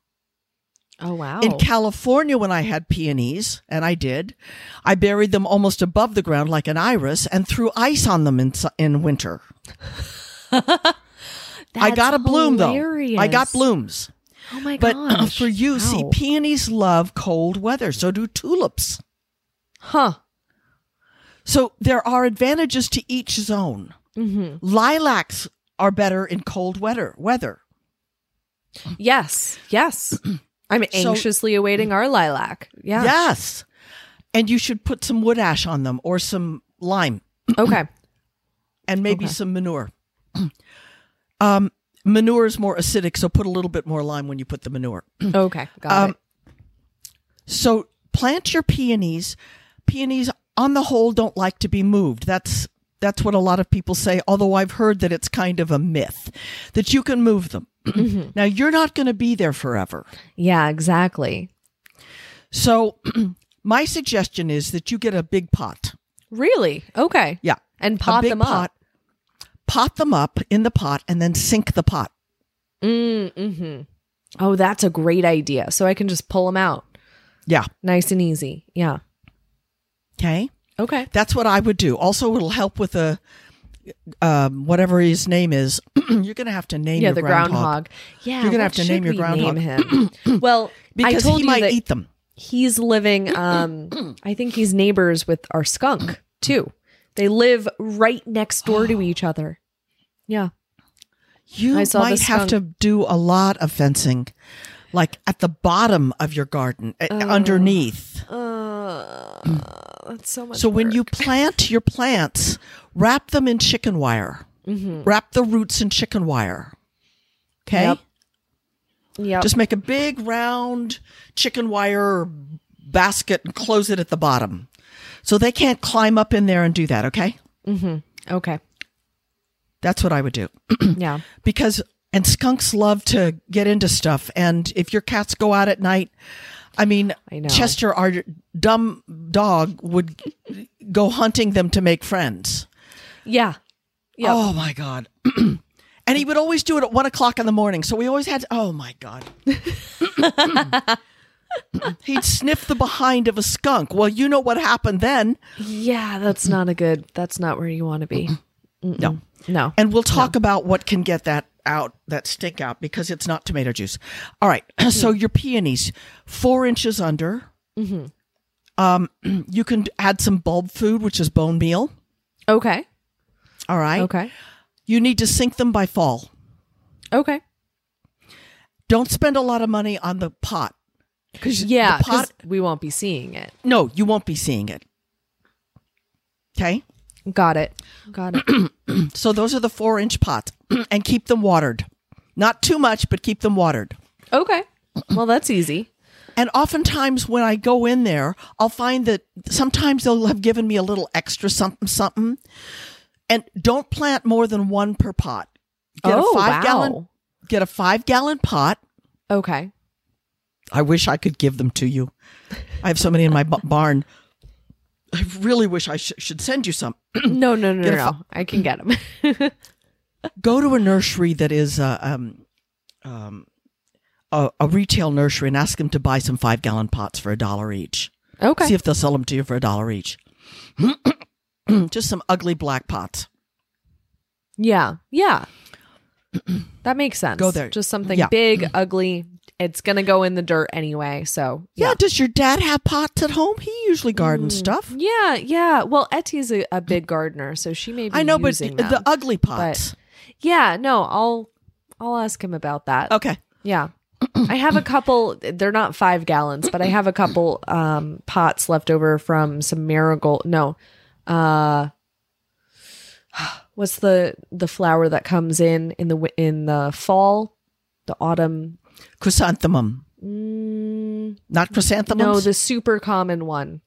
S2: Oh wow.
S1: In California, when I had peonies, and I did, I buried them almost above the ground like an iris and threw ice on them in, su- in winter. I
S2: That's
S1: got a bloom, though. I got
S2: hilarious.
S1: blooms.
S2: Oh my
S1: But uh,
S2: gosh.
S1: for you, see,
S2: Wow.
S1: peonies love cold weather. So do tulips.
S2: Huh.
S1: So there are advantages to each zone.
S2: hmm
S1: Lilacs are better in cold weather. Weather.
S2: Yes. Yes. I'm anxiously awaiting our lilac. Yeah.
S1: Yes. And you should put some wood ash on them or some lime.
S2: Okay.
S1: and maybe
S2: Okay.
S1: some manure. um, manure is more acidic, so put a little bit more lime when you put the manure.
S2: Okay. Got
S1: Um,
S2: it.
S1: So plant your peonies. Peonies, on the whole, don't like to be moved. That's That's what a lot of people say, although I've heard that it's kind of a myth that you can move them.
S2: Mm-hmm.
S1: Now, you're not going to be there forever.
S2: Yeah, exactly.
S1: So, my suggestion is that you get a big pot.
S2: Really? Okay.
S1: Yeah.
S2: And pot
S1: a big
S2: them up.
S1: pot. Pot them up in the pot and then sink the pot.
S2: Mm, hmm Oh, that's a great idea. So I can just pull them out
S1: Yeah.
S2: nice and easy. Yeah.
S1: Okay.
S2: Okay.
S1: That's what I would do. Also, it'll help with a um, whatever his name is. You're going to have to name
S2: yeah,
S1: your
S2: the groundhog. Yeah,
S1: You're gonna
S2: what
S1: have to
S2: should
S1: name your
S2: we
S1: groundhog.
S2: Name him? well, I
S1: because
S2: told
S1: he
S2: you
S1: might
S2: that
S1: eat them.
S2: he's living. Um, I think he's neighbors with our skunk too. They live right next door to each other. Yeah.
S1: You
S2: I saw the
S1: might have to do a lot of fencing, like at the bottom of your garden,
S2: Oh,
S1: uh, underneath.
S2: Uh, that's so much.
S1: So when you plant your plants, wrap them in chicken wire. Wrap the roots in chicken wire. Okay?
S2: Mm-hmm. Yep. yeah,
S1: Just make a big round chicken wire basket and close it at the bottom. So they can't climb up in there and do that, okay?
S2: okay,
S1: That's what I would do.
S2: yeah,
S1: because and skunks love to get into stuff and if your cats go out at night i mean
S2: I know.
S1: chester our dumb dog would go hunting them to make friends
S2: yeah, yeah.
S1: oh my god and he would always do it at one o'clock in the morning so we always had oh my god he'd sniff the behind of a skunk well you know what happened then
S2: Yeah, that's not a good. That's not where you want to be.
S1: no
S2: No.
S1: And we'll talk about what can get that out, that stink out, because it's not tomato juice. All right. So your peonies, four inches under.
S2: Mm-hmm.
S1: Um, you can add some bulb food, which is bone meal.
S2: okay.
S1: All right.
S2: Okay.
S1: You need to sink them by fall.
S2: Okay.
S1: Don't spend a lot of money on the pot. Because
S2: Yeah,
S1: the pot,
S2: 'cause we won't be seeing it.
S1: no, you won't be seeing it. Okay.
S2: Got it. Got it.
S1: So those are the four inch pots and keep them watered. Not too much, but keep them watered.
S2: Okay. Well, that's easy.
S1: And oftentimes when I go in there, I'll find that sometimes they'll have given me a little extra something, something. And don't plant more than one per pot. Get
S2: oh,
S1: a five
S2: wow.
S1: gallon get a five gallon pot.
S2: Okay.
S1: I wish I could give them to you. I have so many in my b- barn. I really wish I sh- should send you some.
S2: No, no, no, no.
S1: Get a
S2: no. I can get them.
S1: Go to a nursery that is uh, um, um, a, a retail nursery and ask them to buy some five gallon pots for a dollar each.
S2: okay.
S1: See if they'll sell them to you for a dollar each. Just some ugly black pots.
S2: yeah. Yeah. That makes sense.
S1: Go there.
S2: Just something
S1: Yeah.
S2: big, ugly. It's gonna go in the dirt anyway. So
S1: Yeah. Does your dad have pots at home? He usually
S2: Mm,
S1: gardens stuff.
S2: Yeah. Yeah. Well, Ettie's a, a big gardener, so she may be.
S1: I know, but
S2: using
S1: the- the
S2: them.
S1: ugly pots.
S2: yeah. No, I'll I'll ask him about that.
S1: okay.
S2: Yeah. I have a couple they're not 5 gallons, but I have a couple um pots left over from some marigold no. Uh what's the the flower that comes in in the wi- in the fall, the autumn?
S1: Chrysanthemum,
S2: Mm,
S1: not chrysanthemums.
S2: no, the super common one.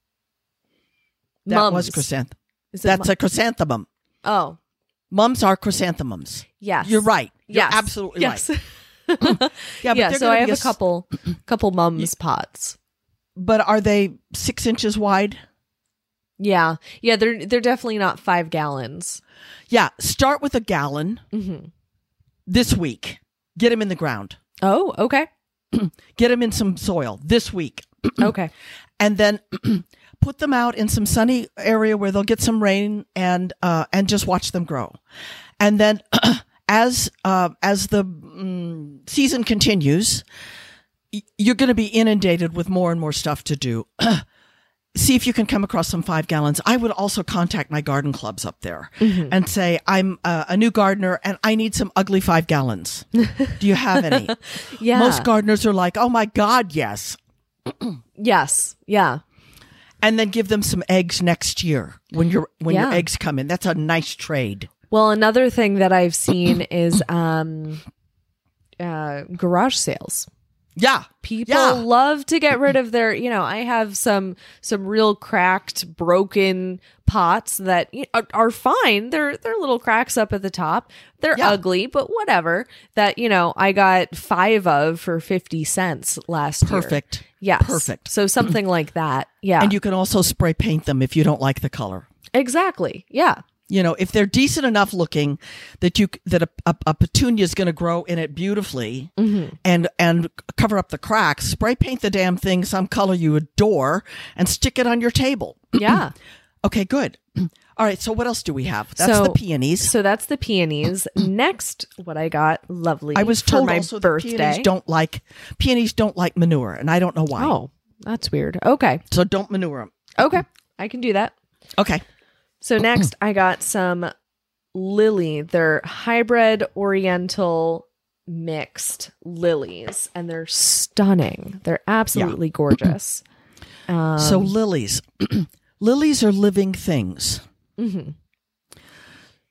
S1: that was
S2: Mums.
S1: chrysanthemum.
S2: Is it
S1: That's
S2: mu-
S1: a chrysanthemum.
S2: Oh,
S1: Mums are chrysanthemums.
S2: yes.
S1: You're right. You're
S2: Yes.
S1: absolutely
S2: yes.
S1: right. Yeah,
S2: Yeah,
S1: but they're
S2: so
S1: gonna
S2: I
S1: be
S2: have a
S1: s-
S2: couple couple mums pots.
S1: But are they six inches wide?
S2: Yeah. Yeah, they're they're definitely not 5 gallons.
S1: Yeah. Start with a gallon
S2: Mhm.
S1: this week. Get them in the ground.
S2: Oh, okay.
S1: Get them in some soil this week.
S2: Okay.
S1: and then put them out in some sunny area where they'll get some rain and uh, and just watch them grow. And then as uh, as the mm, season continues, y- you're going to be inundated with more and more stuff to do. See if you can come across some five gallons. I would also contact my garden clubs up there and say, I'm uh, a new gardener and I need some ugly five gallons. Do you have any?
S2: Yeah.
S1: Most gardeners are like, oh my God, yes.
S2: yes. Yeah.
S1: and then give them some eggs next year when your when your
S2: Yeah.
S1: eggs come in. That's a nice trade.
S2: Well, another thing that I've seen is um, uh, garage sales.
S1: Yeah.
S2: People
S1: Yeah.
S2: love to get rid of their, you know, I have some some real cracked, broken pots that you know, are fine. They're they're little cracks up at the top. They're
S1: Yeah.
S2: ugly, but whatever. That, you know, I got 5 of for 50 cents last year.
S1: Perfect.
S2: Yes.
S1: Perfect.
S2: So something like that. Yeah.
S1: And you can also spray paint them if you don't like the color.
S2: exactly. Yeah.
S1: You know, if they're decent enough looking that you c- that a, a, a petunia is going to grow in it beautifully
S2: Mm-hmm.
S1: and and cover up the cracks, spray paint the damn thing some color you adore and stick it on your table.
S2: Yeah.
S1: Okay, good. All right, so what else do we have? That's
S2: So-
S1: the peonies.
S2: so that's the peonies. Next, what I got, lovely.
S1: I was
S2: for
S1: told
S2: my
S1: also
S2: birthday.
S1: that peonies don't like peonies don't like manure, and I don't know why.
S2: Oh, that's weird. Okay.
S1: So don't manure them.
S2: Okay. I can do that.
S1: Okay.
S2: So next, I got some lily. They're hybrid oriental mixed lilies, and they're stunning. They're absolutely gorgeous. Um,
S1: so lilies, lilies are living things.
S2: mhm.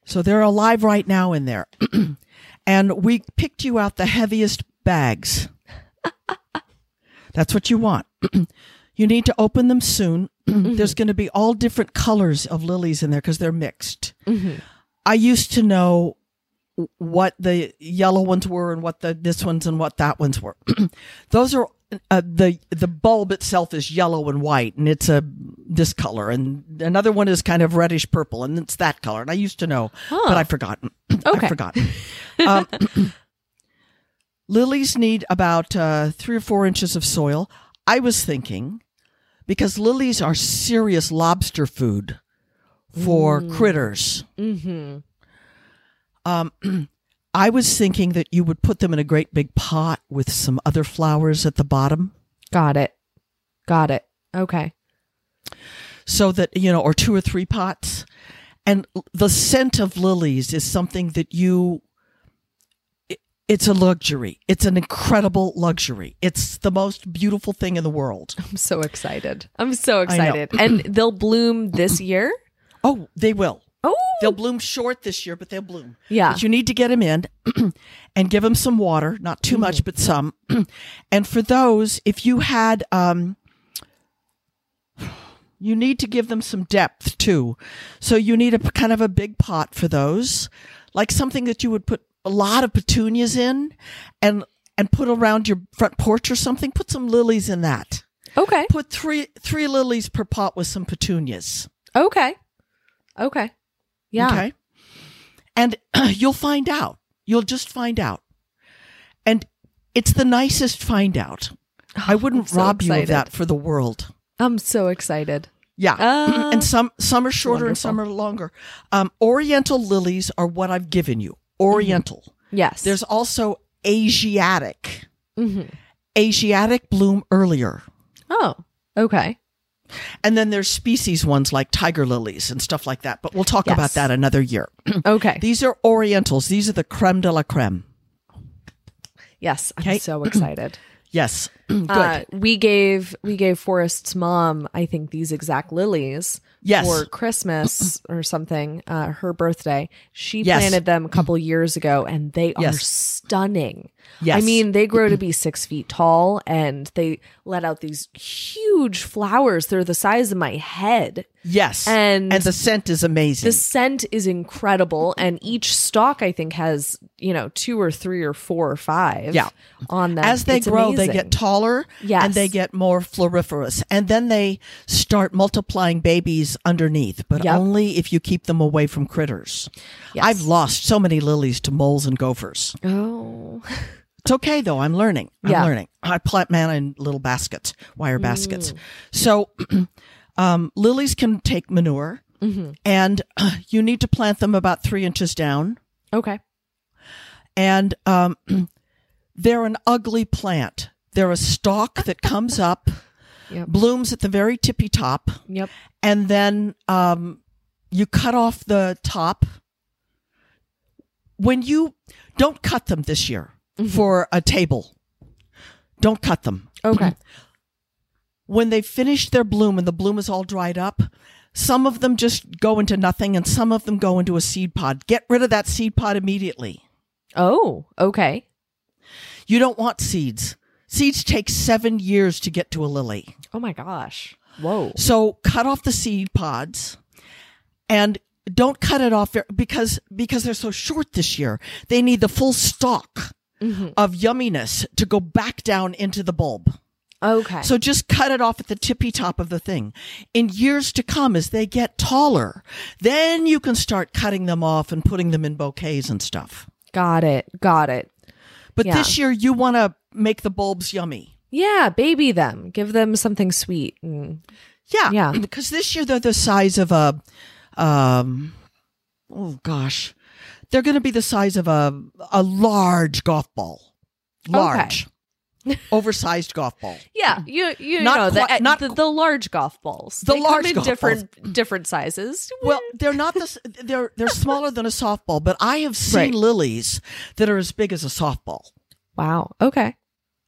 S1: So they're alive right now in there, and we picked you out the heaviest bags. That's what you want. you need to open them soon. There's going to be all different colors of lilies in there because they're mixed. I used to know what the yellow ones were and what the this ones and what that ones were. Those are uh, the the bulb itself is yellow and white and it's a this color and another one is kind of reddish purple and it's that color and I used to know but I've forgotten.
S2: Okay.
S1: I've forgotten. Um, lilies need about uh, three or four inches of soil. I was thinking because lilies are serious lobster food for critters. Um,
S2: Mhm.
S1: I was thinking that you would put them in a great big pot with some other flowers at the bottom
S2: Got it. Got it. Okay.
S1: so that, you know, or two or three pots. And l- the scent of lilies is something that you, it- it's a luxury. It's an incredible luxury. It's the most beautiful thing in the world.
S2: I'm so excited. I'm so
S1: I know.
S2: excited. And they'll bloom this year.
S1: Oh, they will.
S2: Oh,
S1: They'll bloom short this year, but they'll bloom.
S2: yeah.
S1: But you need to get them in and give them some water, not too much, but some. and for those, if you had, um, you need to give them some depth too. So you need a p- kind of a big pot for those, like something that you would put a lot of petunias in and, and put around your front porch or something. Put some lilies in that.
S2: Okay.
S1: Put three, three lilies per pot with some petunias.
S2: Okay. Okay. Yeah.
S1: Okay. And you'll find out. You'll just find out. And it's the nicest find out. I wouldn't
S2: Oh, so
S1: rob you of
S2: excited.
S1: that for the world.
S2: I'm so excited.
S1: Yeah.
S2: Ah.
S1: and some some are shorter and some are longer. Um, oriental lilies are what I've given you. Oriental.
S2: Yes.
S1: There's also Asiatic.
S2: Mhm.
S1: Asiatic bloom earlier.
S2: Oh. Okay.
S1: And then there's species ones like tiger lilies and stuff like that, but we'll talk
S2: Yes.
S1: about that another year.
S2: Okay.
S1: These are orientals. These are the creme de la creme.
S2: yes. I'm
S1: Okay.
S2: so excited.
S1: Yes. Good.
S2: Uh, we gave we gave Forrest's mom, I think, these exact lilies
S1: Yes.
S2: for Christmas or something. Uh, her birthday. She
S1: Yes.
S2: planted them a couple years ago, and they are
S1: Yes.
S2: stunning.
S1: yes.
S2: I mean, they grow to be six feet tall and they let out these huge flowers. They're the size of my head.
S1: yes.
S2: and-
S1: the scent is amazing.
S2: The scent is incredible. And each stalk, I think, has, you know, two or three or four or five
S1: Yeah.
S2: on them.
S1: As they
S2: It's
S1: grow, they
S2: amazing.
S1: get taller
S2: Yes.
S1: and they get more floriferous. And then they start multiplying babies underneath, but
S2: Yep.
S1: only if you keep them away from critters.
S2: Yes.
S1: I've lost so many lilies to moles and gophers.
S2: Oh.
S1: It's okay though. I'm learning. I'm
S2: Yeah.
S1: learning. I plant mana in little baskets, wire baskets.
S2: Mm.
S1: So um, lilies can take manure
S2: Mm-hmm.
S1: and you need to plant them about three inches down.
S2: Okay.
S1: and um, they're an ugly plant. They're a stalk that comes up,
S2: Yep.
S1: blooms at the very tippy top,
S2: Yep.
S1: and then um, you cut off the top. When you don't cut them this year for a table, don't cut them.
S2: Okay.
S1: When they finish their bloom and the bloom is all dried up, some of them just go into nothing and some of them go into a seed pod. Get rid of that seed pod immediately.
S2: oh, okay.
S1: You don't want seeds. Seeds take seven years to get to a lily.
S2: Oh my gosh. Whoa.
S1: So cut off the seed pods and don't cut it off ver- because because they're so short this year. They need the full stalk of yumminess to go back down into the bulb.
S2: Okay.
S1: So just cut it off at the tippy top of the thing. In years to come, as they get taller, then you can start cutting them off and putting them in bouquets and stuff.
S2: got it. Got it.
S1: But
S2: Yeah.
S1: this year, you want to make the bulbs yummy.
S2: Yeah, baby them. Give them something sweet. Mm.
S1: Yeah.
S2: Yeah.
S1: Because this year they're the size of a, um, oh gosh, they're going to be the size of a, a large golf ball. Large. Oversized golf ball.
S2: Yeah, you you
S1: Not
S2: know
S1: qui-
S2: the, eh,
S1: not
S2: the
S1: qu-
S2: the large golf balls.
S1: The
S2: They
S1: large
S2: come in
S1: golf
S2: different different sizes.
S1: Well, they're not this. They're they're smaller than a softball, but I have seen
S2: Right.
S1: lilies that are as big as a softball.
S2: Wow. Okay.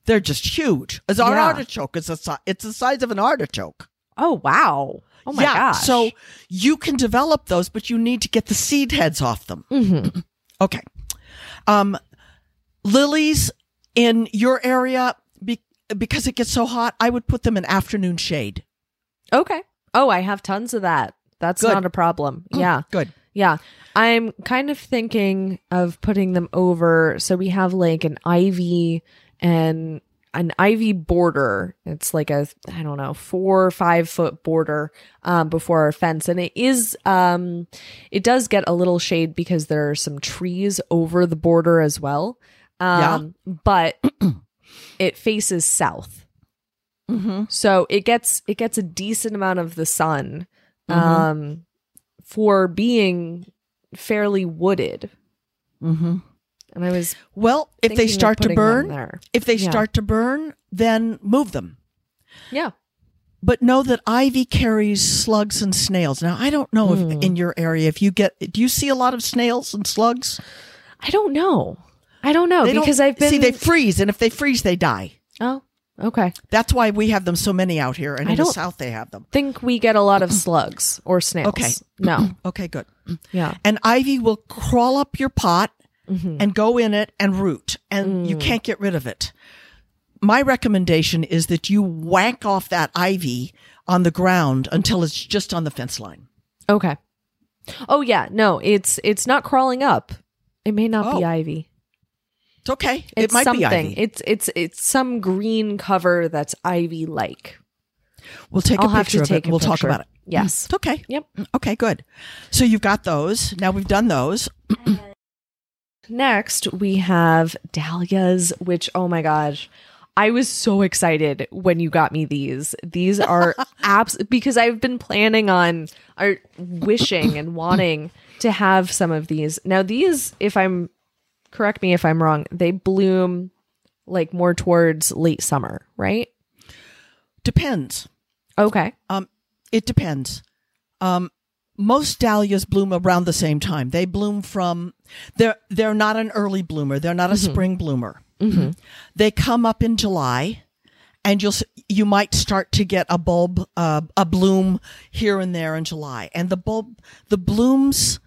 S1: They're just huge. As an
S2: Yeah.
S1: artichoke, it's a si- it's the size of an artichoke.
S2: Oh wow. Oh my
S1: yeah.
S2: gosh.
S1: So you can develop those, but you need to get the seed heads off them.
S2: Mhm.
S1: Okay. Um, lilies in your area be- because it gets so hot. I would put them in afternoon shade.
S2: okay. Oh, I have tons of that. That's
S1: Good. Mm,
S2: not a problem. Yeah.
S1: Good.
S2: Yeah. I'm kind of thinking of putting them over so we have like an ivy and an ivy border. It's like a I don't know, four or five foot border um before our fence. And it is um it does get a little shade because there are some trees over the border as well.
S1: Yeah.
S2: Um but it faces south.
S1: Mm-hmm.
S2: So it gets it gets a decent amount of the sun
S1: Mhm.
S2: um for being fairly wooded.
S1: Mm-hmm.
S2: And I was
S1: Well, if
S2: thinking
S1: they
S2: of
S1: start to
S2: putting them
S1: burn,
S2: there.
S1: if they
S2: Yeah.
S1: start to burn, then move them.
S2: Yeah.
S1: But know that ivy carries slugs and snails. Now, I don't know
S2: Hmm.
S1: if in your area if you get do you see a lot of snails and slugs?
S2: I don't know. I don't know
S1: They don't-
S2: Oh, because I've been
S1: see they freeze, and if they freeze, they die.
S2: Oh, okay.
S1: That's why we have them so many out here, and
S2: I
S1: in the
S2: don't-
S1: south they have them.
S2: Think we get a lot of slugs or snails.
S1: Okay.
S2: No.
S1: Okay, good.
S2: Yeah.
S1: And ivy will crawl up your pot
S2: Mm-hmm.
S1: and go in it and root, and
S2: Mm.
S1: you can't get rid of it. My recommendation is that you whack off that ivy on the ground until it's just on the fence line.
S2: Okay. Oh yeah, no, it's it's not crawling up. It may not be
S1: Oh.
S2: ivy.
S1: It's okay. it
S2: It's
S1: might
S2: something.
S1: be ivy.
S2: It's it's it's some green cover that's ivy like.
S1: we'll take
S2: I'll
S1: a
S2: have
S1: picture
S2: to
S1: of
S2: take
S1: it.
S2: a
S1: and We'll talk
S2: picture.
S1: about it.
S2: Yes.
S1: It's okay.
S2: Mm-hmm.
S1: Mm,
S2: Yep.
S1: Okay, good. So you've got those. Now we've done those.
S2: Next, we have dahlias, which, oh my gosh, I was so excited when you got me these. These are abs because I've been planning on or wishing and wanting to have some of these. Now, these, if I'm correct me if I'm wrong, they bloom like more towards late summer, right?
S1: Depends.
S2: Okay.
S1: Um, it depends. Um, most dahlias bloom around the same time. They bloom from they're they're not an early bloomer. They're not a spring bloomer. They come up in July, and you'll s- you might start to get a bulb uh, a bloom here and there in July. And the bulb the blooms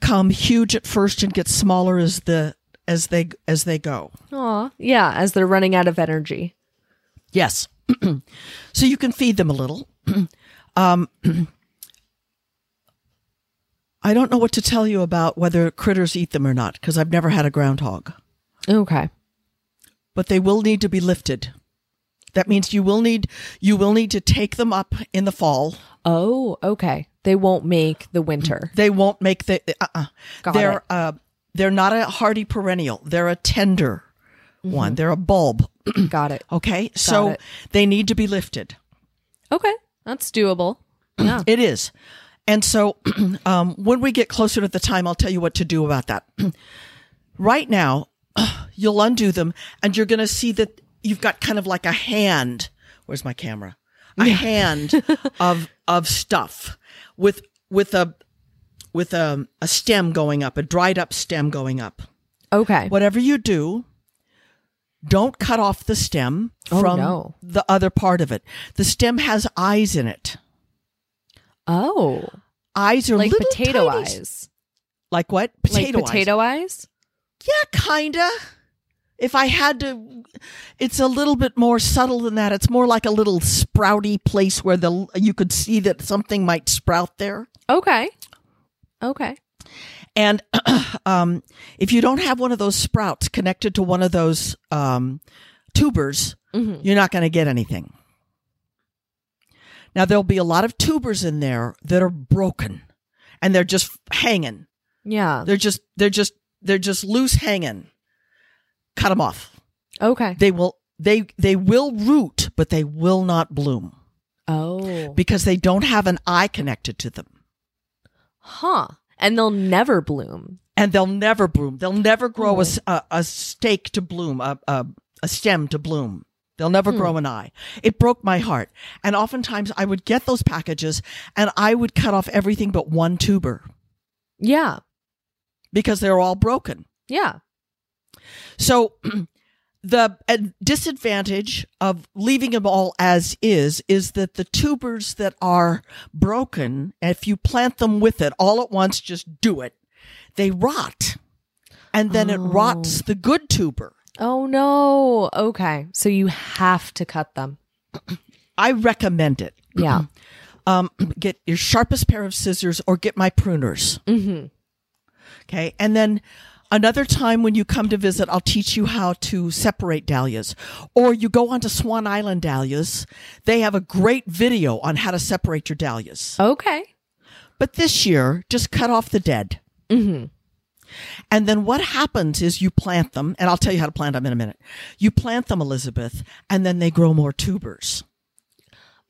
S1: come huge at first and get smaller as the as they as they go.
S2: Aw. Yeah, as they're running out of energy.
S1: Yes. so you can feed them a little. um, I don't know what to tell you about whether critters eat them or not because I've never had a groundhog,
S2: Okay.
S1: but they will need to be lifted. That means you will need you will need to take them up in the fall.
S2: Oh, okay. They won't make the winter.
S1: They won't make the uh uh
S2: Got
S1: they're
S2: it.
S1: uh they're not a hardy perennial. They're a tender one. They're a bulb.
S2: Mm-hmm. Got it.
S1: Okay, so
S2: it.
S1: they need to be lifted.
S2: Okay, that's doable. Yeah.
S1: It is. And so um, when we get closer to the time, I'll tell you what to do about that. right now, you'll undo them and you're going to see that you've got kind of like a hand. Where's my camera? A hand of of stuff with with a with a, a stem going up, a dried up stem going up.
S2: Okay.
S1: Whatever you do, don't cut off the stem
S2: Oh,
S1: from
S2: no.
S1: the other part of it. The stem has eyes in it.
S2: Oh,
S1: eyes are
S2: like
S1: little
S2: potato
S1: tiny-
S2: eyes.
S1: Like what?
S2: Like
S1: Potato eyes.
S2: potato eyes.
S1: Yeah, kinda. If I had to, it's a little bit more subtle than that. It's more like a little sprouty place where the you could see that something might sprout there.
S2: Okay. Okay.
S1: And um, if you don't have one of those sprouts connected to one of those um, tubers,
S2: Mhm.
S1: you're not going to get anything. Now, there'll be a lot of tubers in there that are broken and they're just hanging.
S2: Yeah.
S1: They're just, they're just, they're just loose hanging. Cut them off.
S2: Okay.
S1: They will, they, they will root, but they will not bloom
S2: Oh.
S1: because they don't have an eye connected to them.
S2: Huh. And they'll never bloom.
S1: and they'll never bloom. They'll never grow
S2: Oh.
S1: a, s- a- a stake to bloom, a, a, a stem to bloom. They'll never
S2: Hmm.
S1: grow an eye. It broke my heart. And oftentimes I would get those packages and I would cut off everything but one tuber
S2: Yeah.
S1: because they're all broken.
S2: Yeah.
S1: So the uh, disadvantage of leaving them all as is is that the tubers that are broken, if you plant them with it all at once, just do it, they rot. And then it
S2: Oh.
S1: rots the good tuber.
S2: Oh no. Okay. So you have to cut them.
S1: I recommend it.
S2: Yeah.
S1: Um, get your sharpest pair of scissors or get my pruners.
S2: mm-hmm.
S1: Okay. And then another time when you come to visit, I'll teach you how to separate dahlias. Or you go onto Swan Island Dahlias. They have a great video on how to separate your dahlias.
S2: Okay.
S1: But this year, just cut off the dead.
S2: Mm-hmm.
S1: And then what happens is you plant them, and I'll tell you how to plant them in a minute. You plant them, Elizabeth, and then they grow more tubers.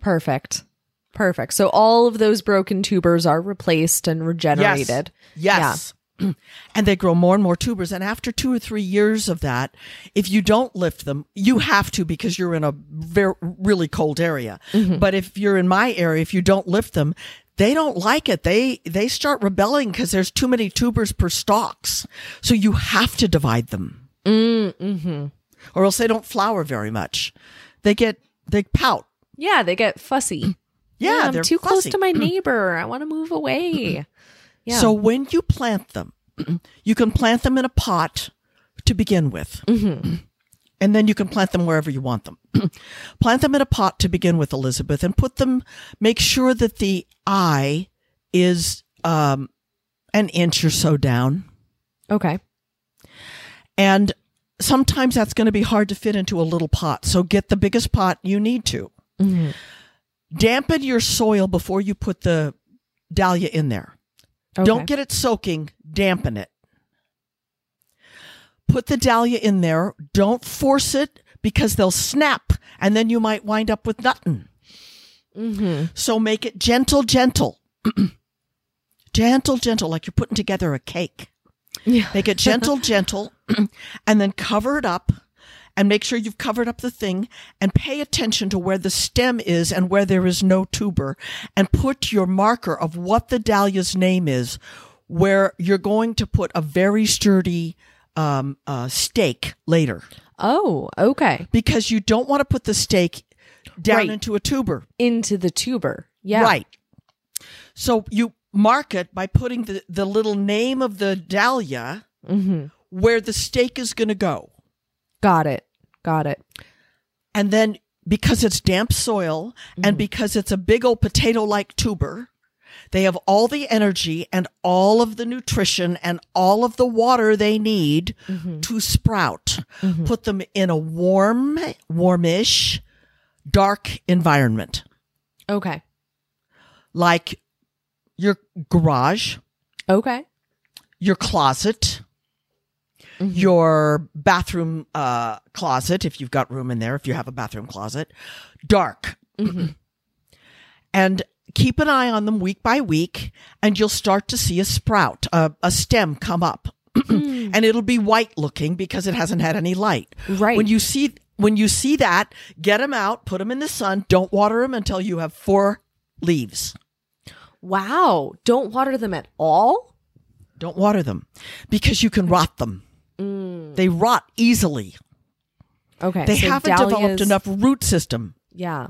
S2: Perfect. Perfect. So all of those broken tubers are replaced and regenerated.
S1: Yes. and they grow more and more tubers. And after two or three years of that, if you don't lift them, you have to because you're in a very, really cold area.
S2: Mm-hmm.
S1: But if you're in my area, if you don't lift them, they don't like it. They they start rebelling because there's too many tubers per stalks. So you have to divide them,
S2: Mm-hmm.
S1: or else they don't flower very much. They get they pout.
S2: Yeah, they get fussy.
S1: Yeah,
S2: I'm
S1: they're
S2: too close
S1: fussy. Mm. Mm-hmm.
S2: to my neighbor. I want to move away. Yeah.
S1: So when you plant them, you can plant them in a pot to begin with. And then you can plant them wherever you want them. plant them in a pot to begin with, Elizabeth, and put them, make sure that the eye is um, an inch or so down.
S2: okay.
S1: And sometimes that's going to be hard to fit into a little pot. So get the biggest pot you need to.
S2: Mhm.
S1: Dampen your soil before you put the dahlia in there.
S2: okay.
S1: Don't get it soaking, dampen it. Put the dahlia in there. Don't force it because they'll snap and then you might wind up with nothing.
S2: Mm-hmm.
S1: So make it gentle, gentle. gentle, gentle, like you're putting together a cake.
S2: Yeah.
S1: Make it gentle, gentle, and then cover it up and make sure you've covered up the thing and pay attention to where the stem is and where there is no tuber and put your marker of what the dahlia's name is where you're going to put a very sturdy um, uh, stake later
S2: Oh, okay.
S1: because you don't want to put the stake down
S2: Right.
S1: into a tuber.
S2: Into the tuber. Yeah.
S1: Right. So you mark it by putting the, the little name of the dahlia
S2: Mm-hmm.
S1: where the stake is going to go.
S2: Got it. Got it.
S1: And then because it's damp soil
S2: Mm-hmm.
S1: and because it's a big old potato like tuber, they have all the energy and all of the nutrition and all of the water they need
S2: Mm-hmm.
S1: to sprout. Put them in a warm, warmish, dark environment
S2: Okay.
S1: like your garage,
S2: Okay.
S1: your closet, your bathroom uh, closet, if you've got room in there, if you have a bathroom closet, dark. and keep an eye on them week by week, and you'll start to see a sprout, a, a stem come up. and it'll be white looking because it hasn't had any light.
S2: Right.
S1: When you see when you see that, get them out, put them in the sun, don't water them until you have four leaves.
S2: Wow. Don't water them at all?
S1: Don't water them because you can rot them. They rot easily.
S2: Okay.
S1: They
S2: Mm. so
S1: haven't developed
S2: dahlias-
S1: enough root system.
S2: Yeah.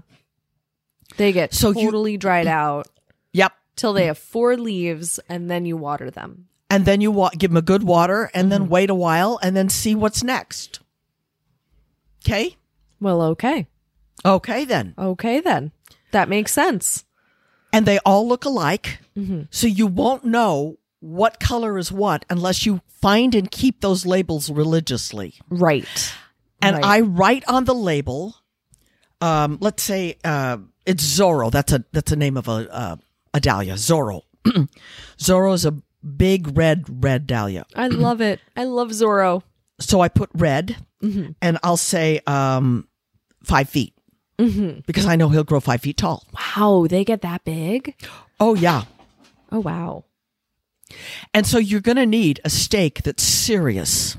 S2: They get
S1: So you-
S2: totally dried out
S1: Yep.
S2: till they have four leaves and then you water them. Mm-hmm.
S1: And then you wa- give them a good water and then wait a while and then see what's next. Okay.
S2: Well, okay.
S1: Okay, then.
S2: Okay, then. That makes sense.
S1: And they all look alike.
S2: Mhm.
S1: So you won't know what color is what unless you find and keep those labels religiously.
S2: Right.
S1: And
S2: Right.
S1: I write on the label, um, let's say uh, it's Zorro. That's a that's the name of a uh, a dahlia. Zorro. Zorro is a big red red dahlia.
S2: I love it. I love Zorro.
S1: So I put red, and I'll say um, five feet because I know he'll grow five feet tall.
S2: Wow, they get that big?
S1: Oh yeah.
S2: Oh, wow.
S1: And so you're going to need a stake that's serious.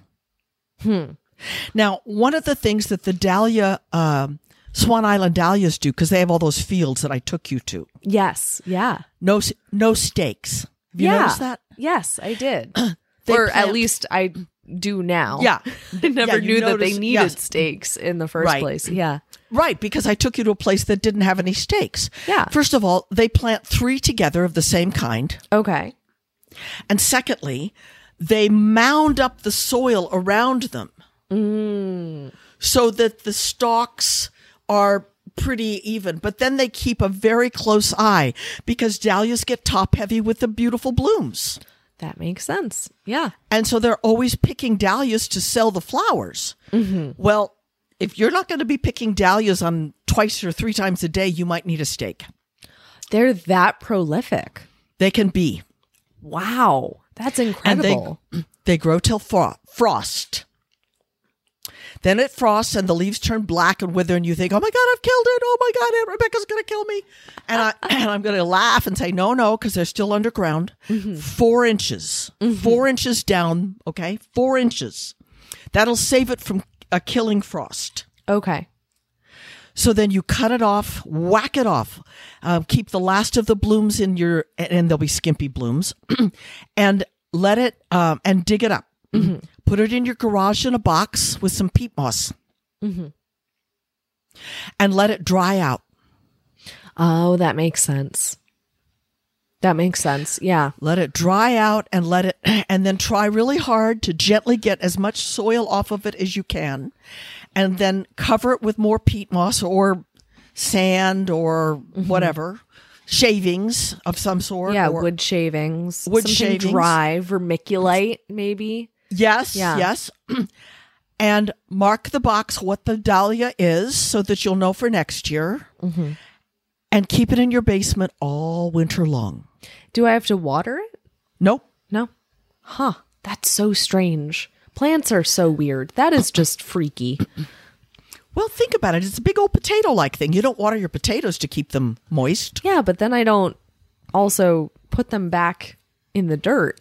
S1: Now, one of the things that the dahlia, um, Swan Island dahlias do, because they have all those fields that I took you to,
S2: Yes. Yeah.
S1: no, s- no stakes. Have you
S2: yeah.
S1: noticed that?
S2: Yes, I did.
S1: They
S2: or
S1: plant-
S2: at least I do now.
S1: Yeah.
S2: I never
S1: you
S2: knew that they
S1: noticed-
S2: needed
S1: yes.
S2: stakes in the first
S1: Right.
S2: place. Yeah.
S1: Right, because I took you to a place that didn't have any stakes.
S2: Yeah.
S1: First of all, they plant three together of the same kind.
S2: Okay.
S1: And secondly, they mound up the soil around them
S2: Mm.
S1: so that the stalks are pretty even. But then they keep a very close eye because dahlias get top heavy with the beautiful blooms.
S2: That makes sense. Yeah.
S1: And so they're always picking dahlias to sell the flowers. Well, if you're not going to be picking dahlias on twice or three times a day, you might need a stake.
S2: They're that prolific.
S1: They can be.
S2: Wow. That's incredible.
S1: And they, they grow till fro- frost. Then it frosts and the leaves turn black and wither, and you think, "Oh my God, I've killed it! Oh my God, Aunt Rebecca's going to kill me!" And I and I'm going to laugh and say, "No, no," because they're still underground, four inches, four inches down. Okay, four inches. That'll save it from a killing frost.
S2: okay.
S1: So then you cut it off, whack it off, um, keep the last of the blooms in your, and- and there'll be skimpy blooms, and let it, um, and dig it up. Put it in your garage in a box with some peat moss. And let it dry out.
S2: Oh, that makes sense. That makes sense. Yeah.
S1: Let it dry out and let it, and then try really hard to gently get as much soil off of it as you can. And then cover it with more peat moss or sand or whatever, shavings of some sort.
S2: Mm-hmm. yeah.
S1: or-
S2: wood shavings.
S1: Wood
S2: something
S1: shavings.
S2: Dry vermiculite, maybe.
S1: Yes,
S2: Yeah.
S1: yes. and mark the box what the dahlia is so that you'll know for next year.
S2: Mm-hmm.
S1: And keep it in your basement all winter long.
S2: Do I have to water it?
S1: Nope.
S2: No. Huh. That's so strange. Plants are so weird. That is just freaky.
S1: Well, think about it. It's a big old potato like thing. You don't water your potatoes to keep them moist.
S2: Yeah, but then I don't also put them back in the dirt.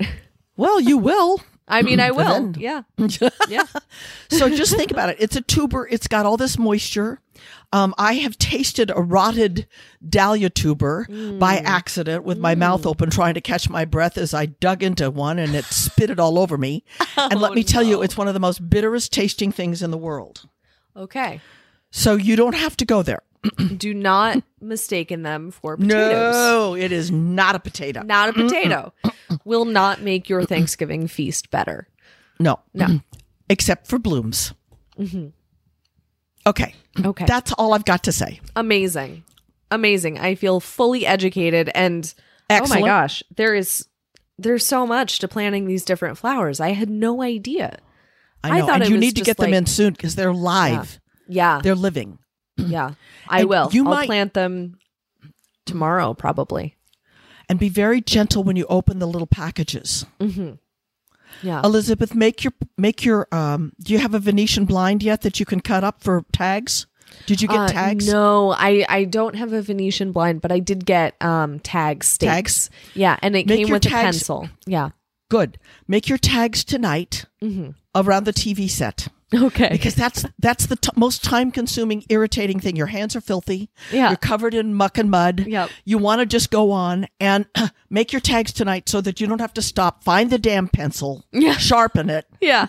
S1: Well, you will.
S2: I mean, I will.
S1: then-
S2: Yeah. Yeah.
S1: So just think about it. It's a tuber. It's got all this moisture. Um, I have tasted a rotted dahlia tuber by accident with my mouth open, trying to catch my breath as I dug into one and it spit it all over me. and let me tell you, it's one of the most bitterest tasting things in the world.
S2: Okay.
S1: So you don't have to go there.
S2: Do not mistaken them for potatoes.
S1: No, it is not a potato.
S2: Not a potato. Will not make your Thanksgiving feast better.
S1: No,
S2: No. Mm-hmm.
S1: except for blooms. Okay.
S2: Okay.
S1: That's all I've got to say.
S2: amazing amazing i feel fully educated and
S1: Excellent.
S2: oh my gosh there is there's so much to planting these different flowers i had no idea I
S1: I know.
S2: thought
S1: and
S2: it
S1: you
S2: was
S1: need to
S2: just
S1: get them
S2: like-
S1: in soon because they're live.
S2: yeah
S1: They're living.
S2: yeah i
S1: And
S2: will
S1: you
S2: i'll
S1: might-
S2: plant them tomorrow probably
S1: and be very gentle when you open the little packages.
S2: yeah
S1: Elizabeth, make your make your um do you have a Venetian blind yet that you can cut up for tags? Did you get
S2: Uh,
S1: tags?
S2: no i i don't have a venetian blind but i did get um tag stakes
S1: Tags?
S2: yeah and it
S1: Make
S2: came
S1: your
S2: with a
S1: tags-
S2: pencil yeah
S1: Good. Make your tags tonight
S2: Mm-hmm.
S1: around the TV set.
S2: okay
S1: Because that's that's the t- most time consuming, irritating thing. Your hands are filthy.
S2: Yeah.
S1: You're covered in muck and mud.
S2: Yep.
S1: You want to just go on and make your tags tonight so that you don't have to stop. Find the damn pencil.
S2: Yeah.
S1: Sharpen it.
S2: yeah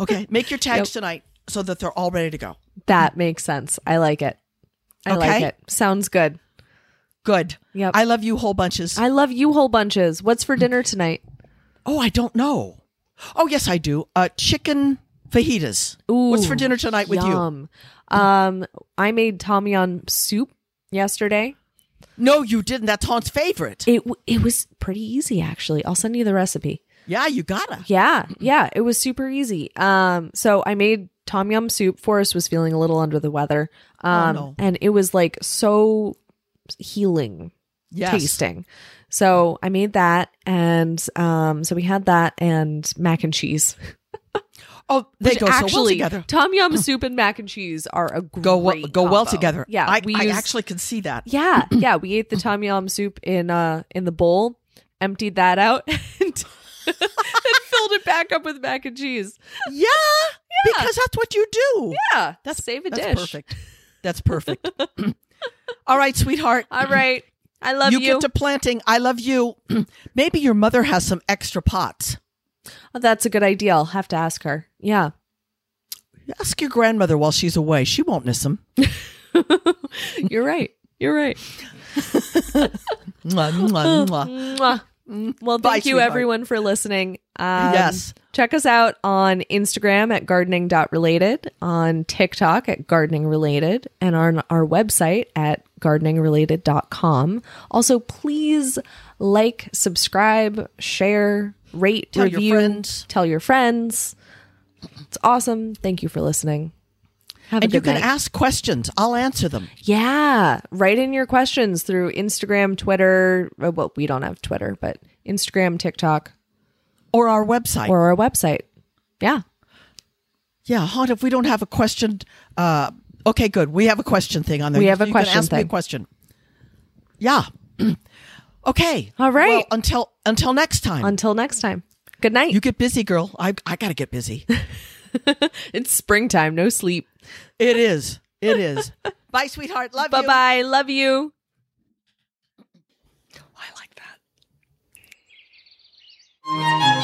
S1: Okay. Make your tags tonight so that they're all ready to go.
S2: that makes sense i like it i like
S1: Okay.
S2: it sounds good
S1: Good.
S2: Yep.
S1: I love you whole bunches.
S2: I love you whole bunches. What's for dinner tonight?
S1: oh, I don't know. Oh, yes, I do. Uh, chicken fajitas.
S2: Ooh,
S1: What's for dinner tonight with you?
S2: yum. Um, I made Tamian soup yesterday.
S1: No, you didn't. That's Haun's favorite.
S2: It w- it was pretty easy actually. I'll send you the recipe.
S1: Yeah, you gotta.
S2: Yeah, yeah, it was super easy. Um, so I made tom yum soup. Forrest was feeling a little under the weather. Um,
S1: no.
S2: and it was like so healing
S1: Yes.
S2: tasting. So I made that, and um, so we had that and mac and cheese.
S1: Oh, they
S2: Which
S1: go so well
S2: actually,
S1: together.
S2: Tom yum soup and mac and cheese are a great
S1: Go well, go well
S2: combo.
S1: together.
S2: Yeah,
S1: I, I
S2: used-
S1: actually can see that.
S2: yeah, yeah. We ate the tom yum soup in uh in the bowl, emptied that out, and, and filled it back up with mac and cheese.
S1: Yeah, because that's what you do.
S2: Yeah,
S1: That's-
S2: save a
S1: that's
S2: dish.
S1: perfect. That's perfect. All right, sweetheart.
S2: All right, I love you.
S1: you get to planting. I love you. Maybe your mother has some extra pots.
S2: Oh, that's a good idea. I'll have to ask her. Yeah.
S1: Ask your grandmother while she's away. She won't miss them.
S2: You're right. You're right.
S1: Mwah, mwah,
S2: Mm,
S1: mwah.
S2: Mwah. Well, thank
S1: Bye,
S2: you
S1: sweetheart.
S2: everyone for listening. Um,
S1: Yes.
S2: Check us out on Instagram at gardening.related, on TikTok at gardening related, and on our website at gardeningrelated.com. Also, please like, subscribe, share, rate,
S1: Tell your
S2: review,
S1: friends.
S2: tell your friends. It's awesome. Thank you for listening. Have
S1: And
S2: a
S1: you
S2: good
S1: can
S2: night.
S1: ask questions. I'll answer them.
S2: Yeah, write in your questions through Instagram, Twitter. uh, Well, we don't have Twitter, but Instagram, TikTok,
S1: Or our website.
S2: or our website. Yeah.
S1: yeah, Haunt, if we don't have a question, uh, okay, good. We have a question thing on there.
S2: We
S1: You-
S2: have a
S1: you
S2: question
S1: can ask me a
S2: thing.
S1: question. Yeah. okay.
S2: All right.
S1: Well, until until next time.
S2: Until next time. Good night.
S1: you get busy, girl. I I gotta get busy.
S2: it's springtime. No sleep.
S1: it is. It is. Bye, sweetheart. Love
S2: Bye
S1: you.
S2: bye. Love you.
S1: I like that.